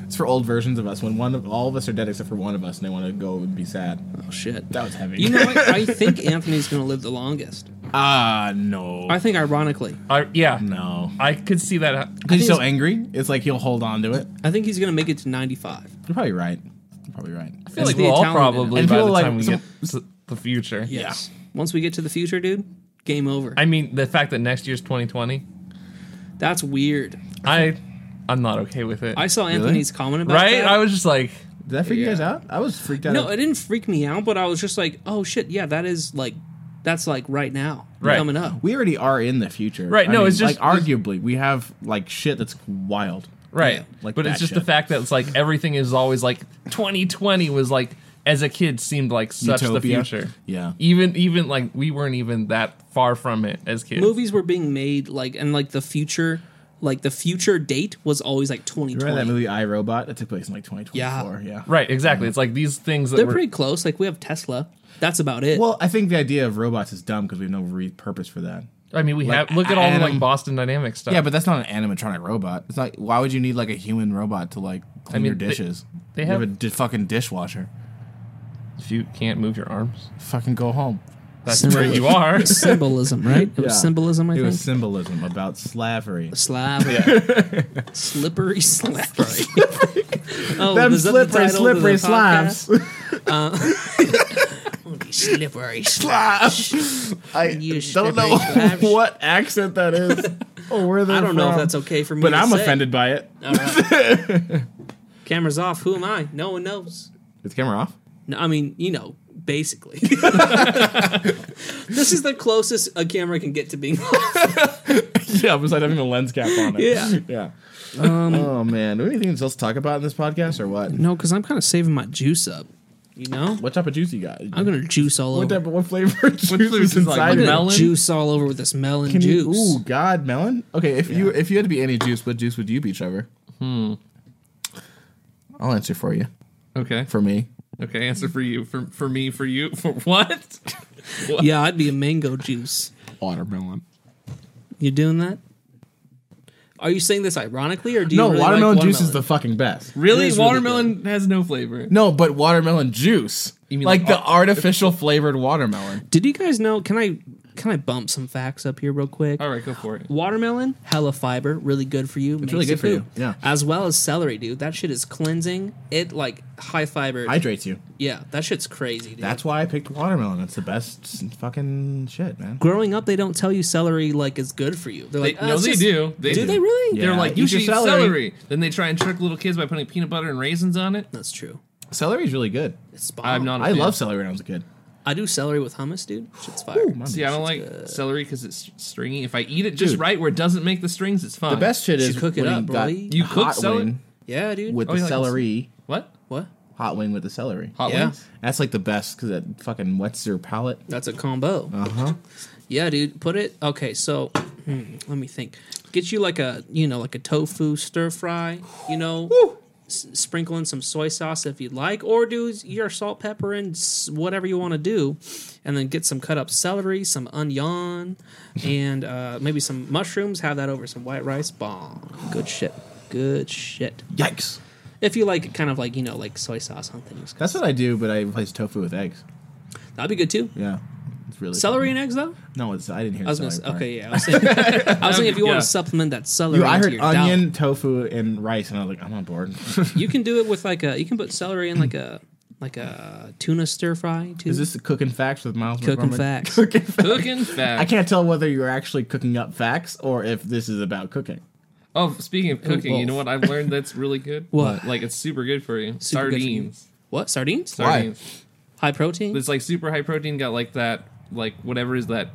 Speaker 1: It's for old versions of us when one of all of us are dead except for one of us and they want to go and be sad.
Speaker 2: Oh shit.
Speaker 1: That was heavy.
Speaker 2: you know what? I think Anthony's gonna live the longest.
Speaker 1: Ah, no.
Speaker 2: I think ironically.
Speaker 3: I, yeah.
Speaker 1: no.
Speaker 3: I could see that.
Speaker 1: Because he's
Speaker 2: think
Speaker 1: so angry, it's like he'll hold on to it.
Speaker 2: I think he's gonna make it to ninety five.
Speaker 1: You're probably right. You're probably right.
Speaker 3: I feel
Speaker 2: It's
Speaker 3: like
Speaker 2: the
Speaker 3: we'll all
Speaker 2: Italian in it.
Speaker 3: probably
Speaker 1: And
Speaker 3: by the
Speaker 1: people like
Speaker 3: time we
Speaker 1: some-
Speaker 3: get to the future.
Speaker 2: Yes. Once we get to the future, dude, game over.
Speaker 3: I mean, the fact that next year's 2020,
Speaker 2: That's weird.
Speaker 3: I, I'm not okay with it.
Speaker 2: I saw Anthony's comment about
Speaker 3: right?
Speaker 2: that.
Speaker 3: I was just like,
Speaker 1: Did that freak you guys
Speaker 2: Yeah.
Speaker 1: out? I was freaked out.
Speaker 2: no, it didn't freak me out, but I was just like, oh shit, yeah, that is like, that's like right now,
Speaker 3: Right.
Speaker 2: coming up.
Speaker 1: we already are in the future.
Speaker 3: Right,
Speaker 1: I
Speaker 3: no, it's just-
Speaker 1: like arguably we have like shit that's wild.
Speaker 3: right.
Speaker 2: Yeah,
Speaker 1: like
Speaker 3: but
Speaker 1: that
Speaker 3: it's just
Speaker 1: shit.
Speaker 3: the fact that it's like everything is always like 2020 was like as a kid seemed like such
Speaker 1: Utopia.
Speaker 3: the future.
Speaker 1: Yeah.
Speaker 3: Even even like we weren't even that far from it as kids.
Speaker 2: Movies were being made like, and like the future, like the future date was always like twenty
Speaker 1: Remember that
Speaker 2: twenty.
Speaker 1: movie I Robot that took place in like 2024? Yeah.
Speaker 3: Right, exactly. It's like these things that
Speaker 2: They're
Speaker 3: were
Speaker 2: pretty close. Like we have Tesla. That's about it.
Speaker 1: Well, I think the idea of robots is dumb because we have no re- purpose for that.
Speaker 3: I mean, we
Speaker 1: Like,
Speaker 3: have look at all the
Speaker 1: Adam-
Speaker 3: like Boston Dynamic stuff.
Speaker 1: Yeah, but that's not an animatronic robot. It's not. Why would you need like a human robot to like clean
Speaker 3: mean,
Speaker 1: your
Speaker 3: they-
Speaker 1: dishes?
Speaker 3: they
Speaker 1: You a
Speaker 3: have-
Speaker 1: di- fucking dishwasher.
Speaker 3: if you can't move your arms,
Speaker 1: Fucking go home.
Speaker 3: that's where
Speaker 2: Symbolism.
Speaker 3: you are.
Speaker 2: symbolism, right? It
Speaker 1: Yeah.
Speaker 2: was symbolism, I
Speaker 1: It
Speaker 2: think.
Speaker 1: was symbolism about slavery.
Speaker 2: Slab. Slippery slippery. oh,
Speaker 1: Them
Speaker 2: is that the
Speaker 1: slippery,
Speaker 2: title to the
Speaker 1: slippery
Speaker 2: podcast?
Speaker 1: slabs.
Speaker 2: Slippery
Speaker 1: Slabs. I
Speaker 2: You
Speaker 1: don't know
Speaker 2: slippery slabs.
Speaker 1: what accent that is or where they're
Speaker 2: I don't know if
Speaker 1: from,
Speaker 2: that's okay for me.
Speaker 1: But
Speaker 2: to
Speaker 1: I'm
Speaker 2: say. Oh.
Speaker 1: offended by it.
Speaker 2: All right. Cameras off. Who am I? No one knows.
Speaker 1: Is the camera off?
Speaker 2: No, I mean, you know, basically. this is the closest a camera can get to being off.
Speaker 1: Yeah, besides having a lens cap on it.
Speaker 2: Yeah. Um,
Speaker 1: Yeah. oh man, do we have anything else to talk about in this podcast or what?
Speaker 2: No, because I'm kind of saving my juice up. You know,
Speaker 1: What type of juice you got?
Speaker 2: I'm gonna juice all
Speaker 1: What
Speaker 2: over.
Speaker 1: type? What flavor of juice
Speaker 3: flavor
Speaker 1: is
Speaker 3: is, like,
Speaker 1: inside?
Speaker 2: I'm
Speaker 1: it?
Speaker 2: gonna
Speaker 3: melon?
Speaker 2: juice all over with this melon
Speaker 1: Can you-
Speaker 2: juice.
Speaker 1: ooh, God, melon. Okay, if you if you had to be any juice, what juice would you be, Trevor? Hmm. I'll answer for you.
Speaker 3: okay.
Speaker 1: For me,
Speaker 3: Okay, answer for you. For for me, for you. For what?
Speaker 2: yeah, I'd be a mango juice.
Speaker 1: watermelon.
Speaker 2: You doing that? Are you saying this ironically, or do you
Speaker 1: No,
Speaker 2: really like
Speaker 1: watermelon juice is the fucking best.
Speaker 3: Really?
Speaker 2: It is really
Speaker 3: Watermelon has no flavor.
Speaker 1: No, but watermelon juice.
Speaker 3: You mean
Speaker 1: like,
Speaker 3: like
Speaker 1: the artificial flavored watermelon.
Speaker 2: Did you guys know? Can I can I bump some facts up here real quick?
Speaker 3: All right, go for it.
Speaker 2: Watermelon, hella fiber, really good for you. It's
Speaker 1: really good for you, yeah.
Speaker 2: As well as celery, dude. That shit is cleansing. It like high fiber.
Speaker 1: Hydrates you.
Speaker 2: yeah, that shit's crazy, dude.
Speaker 1: That's why I picked watermelon. It's the best fucking shit, man.
Speaker 2: growing up. They don't tell you celery like is good for you. They're
Speaker 3: They,
Speaker 2: like, "Oh,
Speaker 3: no,
Speaker 2: it's
Speaker 3: they
Speaker 2: just-
Speaker 3: do. They
Speaker 2: Do they really?
Speaker 1: Yeah.
Speaker 3: They're like,
Speaker 1: eat
Speaker 3: you
Speaker 1: your
Speaker 3: should eat
Speaker 1: celery."
Speaker 3: celery. Then they try and trick little kids by putting peanut butter and raisins on it.
Speaker 2: That's true.
Speaker 1: Celery's really good.
Speaker 2: It's bomb.
Speaker 3: I'm not. a
Speaker 1: I
Speaker 3: fan.
Speaker 1: love celery when I was a kid.
Speaker 2: I do celery with hummus, dude. Shit's fire.
Speaker 3: See, I don't like celery because it's stringy. If I eat it just
Speaker 1: Dude.
Speaker 3: right where it doesn't make the strings, it's fine.
Speaker 1: The best shit
Speaker 2: You
Speaker 1: is
Speaker 2: cook it
Speaker 1: when
Speaker 2: up,
Speaker 1: you
Speaker 2: bro.
Speaker 1: got
Speaker 2: You
Speaker 3: cook
Speaker 1: hot
Speaker 3: celery-
Speaker 1: wing
Speaker 2: yeah, dude.
Speaker 1: with
Speaker 3: Oh,
Speaker 1: the
Speaker 3: yeah, like-
Speaker 1: celery.
Speaker 3: What?
Speaker 2: what?
Speaker 1: Hot wing with the celery.
Speaker 3: Hot
Speaker 2: Yeah.
Speaker 3: wings?
Speaker 1: That's like the best because it fucking wets your palate.
Speaker 2: That's a combo.
Speaker 1: Uh huh.
Speaker 2: Yeah, dude. Put it. Okay, so hmm, let me think. Get you like a you know like a tofu stir fry. You know, s- sprinkle in some soy sauce if you'd like, or do your salt, pepper, and s- whatever you want to do, and then get some cut up celery, some onion, and uh, maybe some mushrooms. Have that over some white rice. Bomb. Good shit. Good shit.
Speaker 1: Yikes.
Speaker 2: If you like, kind of like you know like soy sauce on things,
Speaker 1: That's what I do, but I replace tofu with eggs.
Speaker 2: that'd be good too.
Speaker 1: Yeah. It's really
Speaker 2: Celery and eggs though.
Speaker 1: No, it's I didn't hear.
Speaker 2: I was gonna
Speaker 1: celery
Speaker 2: say,
Speaker 1: part.
Speaker 2: okay, yeah. I was thinking, I was thinking if you
Speaker 3: Yeah.
Speaker 2: want to supplement that celery,
Speaker 1: Dude, I
Speaker 2: into
Speaker 1: heard
Speaker 2: your diet.
Speaker 1: onion, tofu, and rice, and I was like, I'm on board.
Speaker 2: You can do it with like a. You can put celery in like a like a tuna stir fry too.
Speaker 1: Is this cooking facts with Miles?
Speaker 2: cooking
Speaker 1: McCormick?
Speaker 2: facts?
Speaker 3: Cooking fat.
Speaker 1: I can't tell whether you're actually cooking up facts or if this is about cooking.
Speaker 3: Oh, speaking of cooking, you know
Speaker 2: both.
Speaker 3: what I've learned that's really good?
Speaker 2: What?
Speaker 3: Like it's super good for you.
Speaker 2: Super good for you.
Speaker 3: Sardines.
Speaker 2: What sardines?
Speaker 1: Why?
Speaker 3: Sardines.
Speaker 2: High protein.
Speaker 3: It's like super high protein. Got like that, like whatever is that,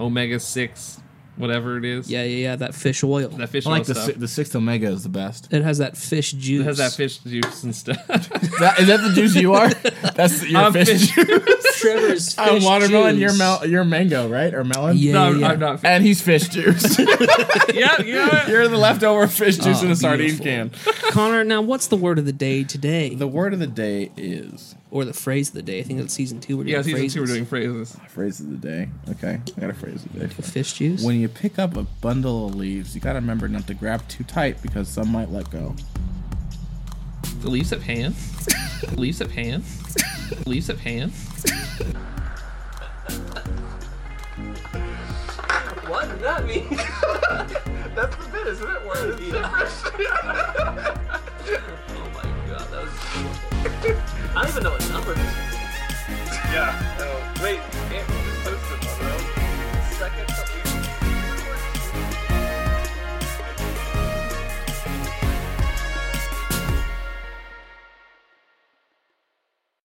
Speaker 3: omega six, whatever it is.
Speaker 2: Yeah, yeah, yeah. That fish oil.
Speaker 3: That fish
Speaker 1: I like
Speaker 3: oil
Speaker 1: the
Speaker 3: stuff.
Speaker 1: si- the sixth omega is the best.
Speaker 2: it has that fish juice.
Speaker 3: It has that fish juice and stuff.
Speaker 1: Is that- is that the juice you are? That's your
Speaker 3: I'm
Speaker 1: fish,
Speaker 3: fish-
Speaker 1: juice.
Speaker 2: Trevor's
Speaker 1: I'm
Speaker 2: fish
Speaker 1: watermelon,
Speaker 2: juice.
Speaker 1: you're mel- you're mango, right? Or melon?
Speaker 2: Yeah,
Speaker 3: No, I'm,
Speaker 2: yeah.
Speaker 3: I'm not.
Speaker 1: And he's fish juice.
Speaker 3: yeah, you know what?
Speaker 1: you're the leftover fish juice
Speaker 2: Oh,
Speaker 1: in a sardine
Speaker 2: beautiful.
Speaker 1: can.
Speaker 2: Connor, now what's the word of the day today,
Speaker 1: The word of the day is
Speaker 2: or the phrase of the day? I think it's season two. We're doing
Speaker 3: Yeah, season two, we're
Speaker 2: phrases.
Speaker 3: doing phrases.
Speaker 1: phrase of the day. Okay, I got a phrase of the day.
Speaker 2: fish juice.
Speaker 1: When you pick up a bundle of leaves, you gotta remember not to grab too tight because some might let go.
Speaker 3: The leaves of hands. The leaves of hands. The leaves of hands.
Speaker 5: What does that mean? That's the bit, isn't it? Where it's oh my god, that was. I don't even know what number this is. Yeah. Oh, wait. it-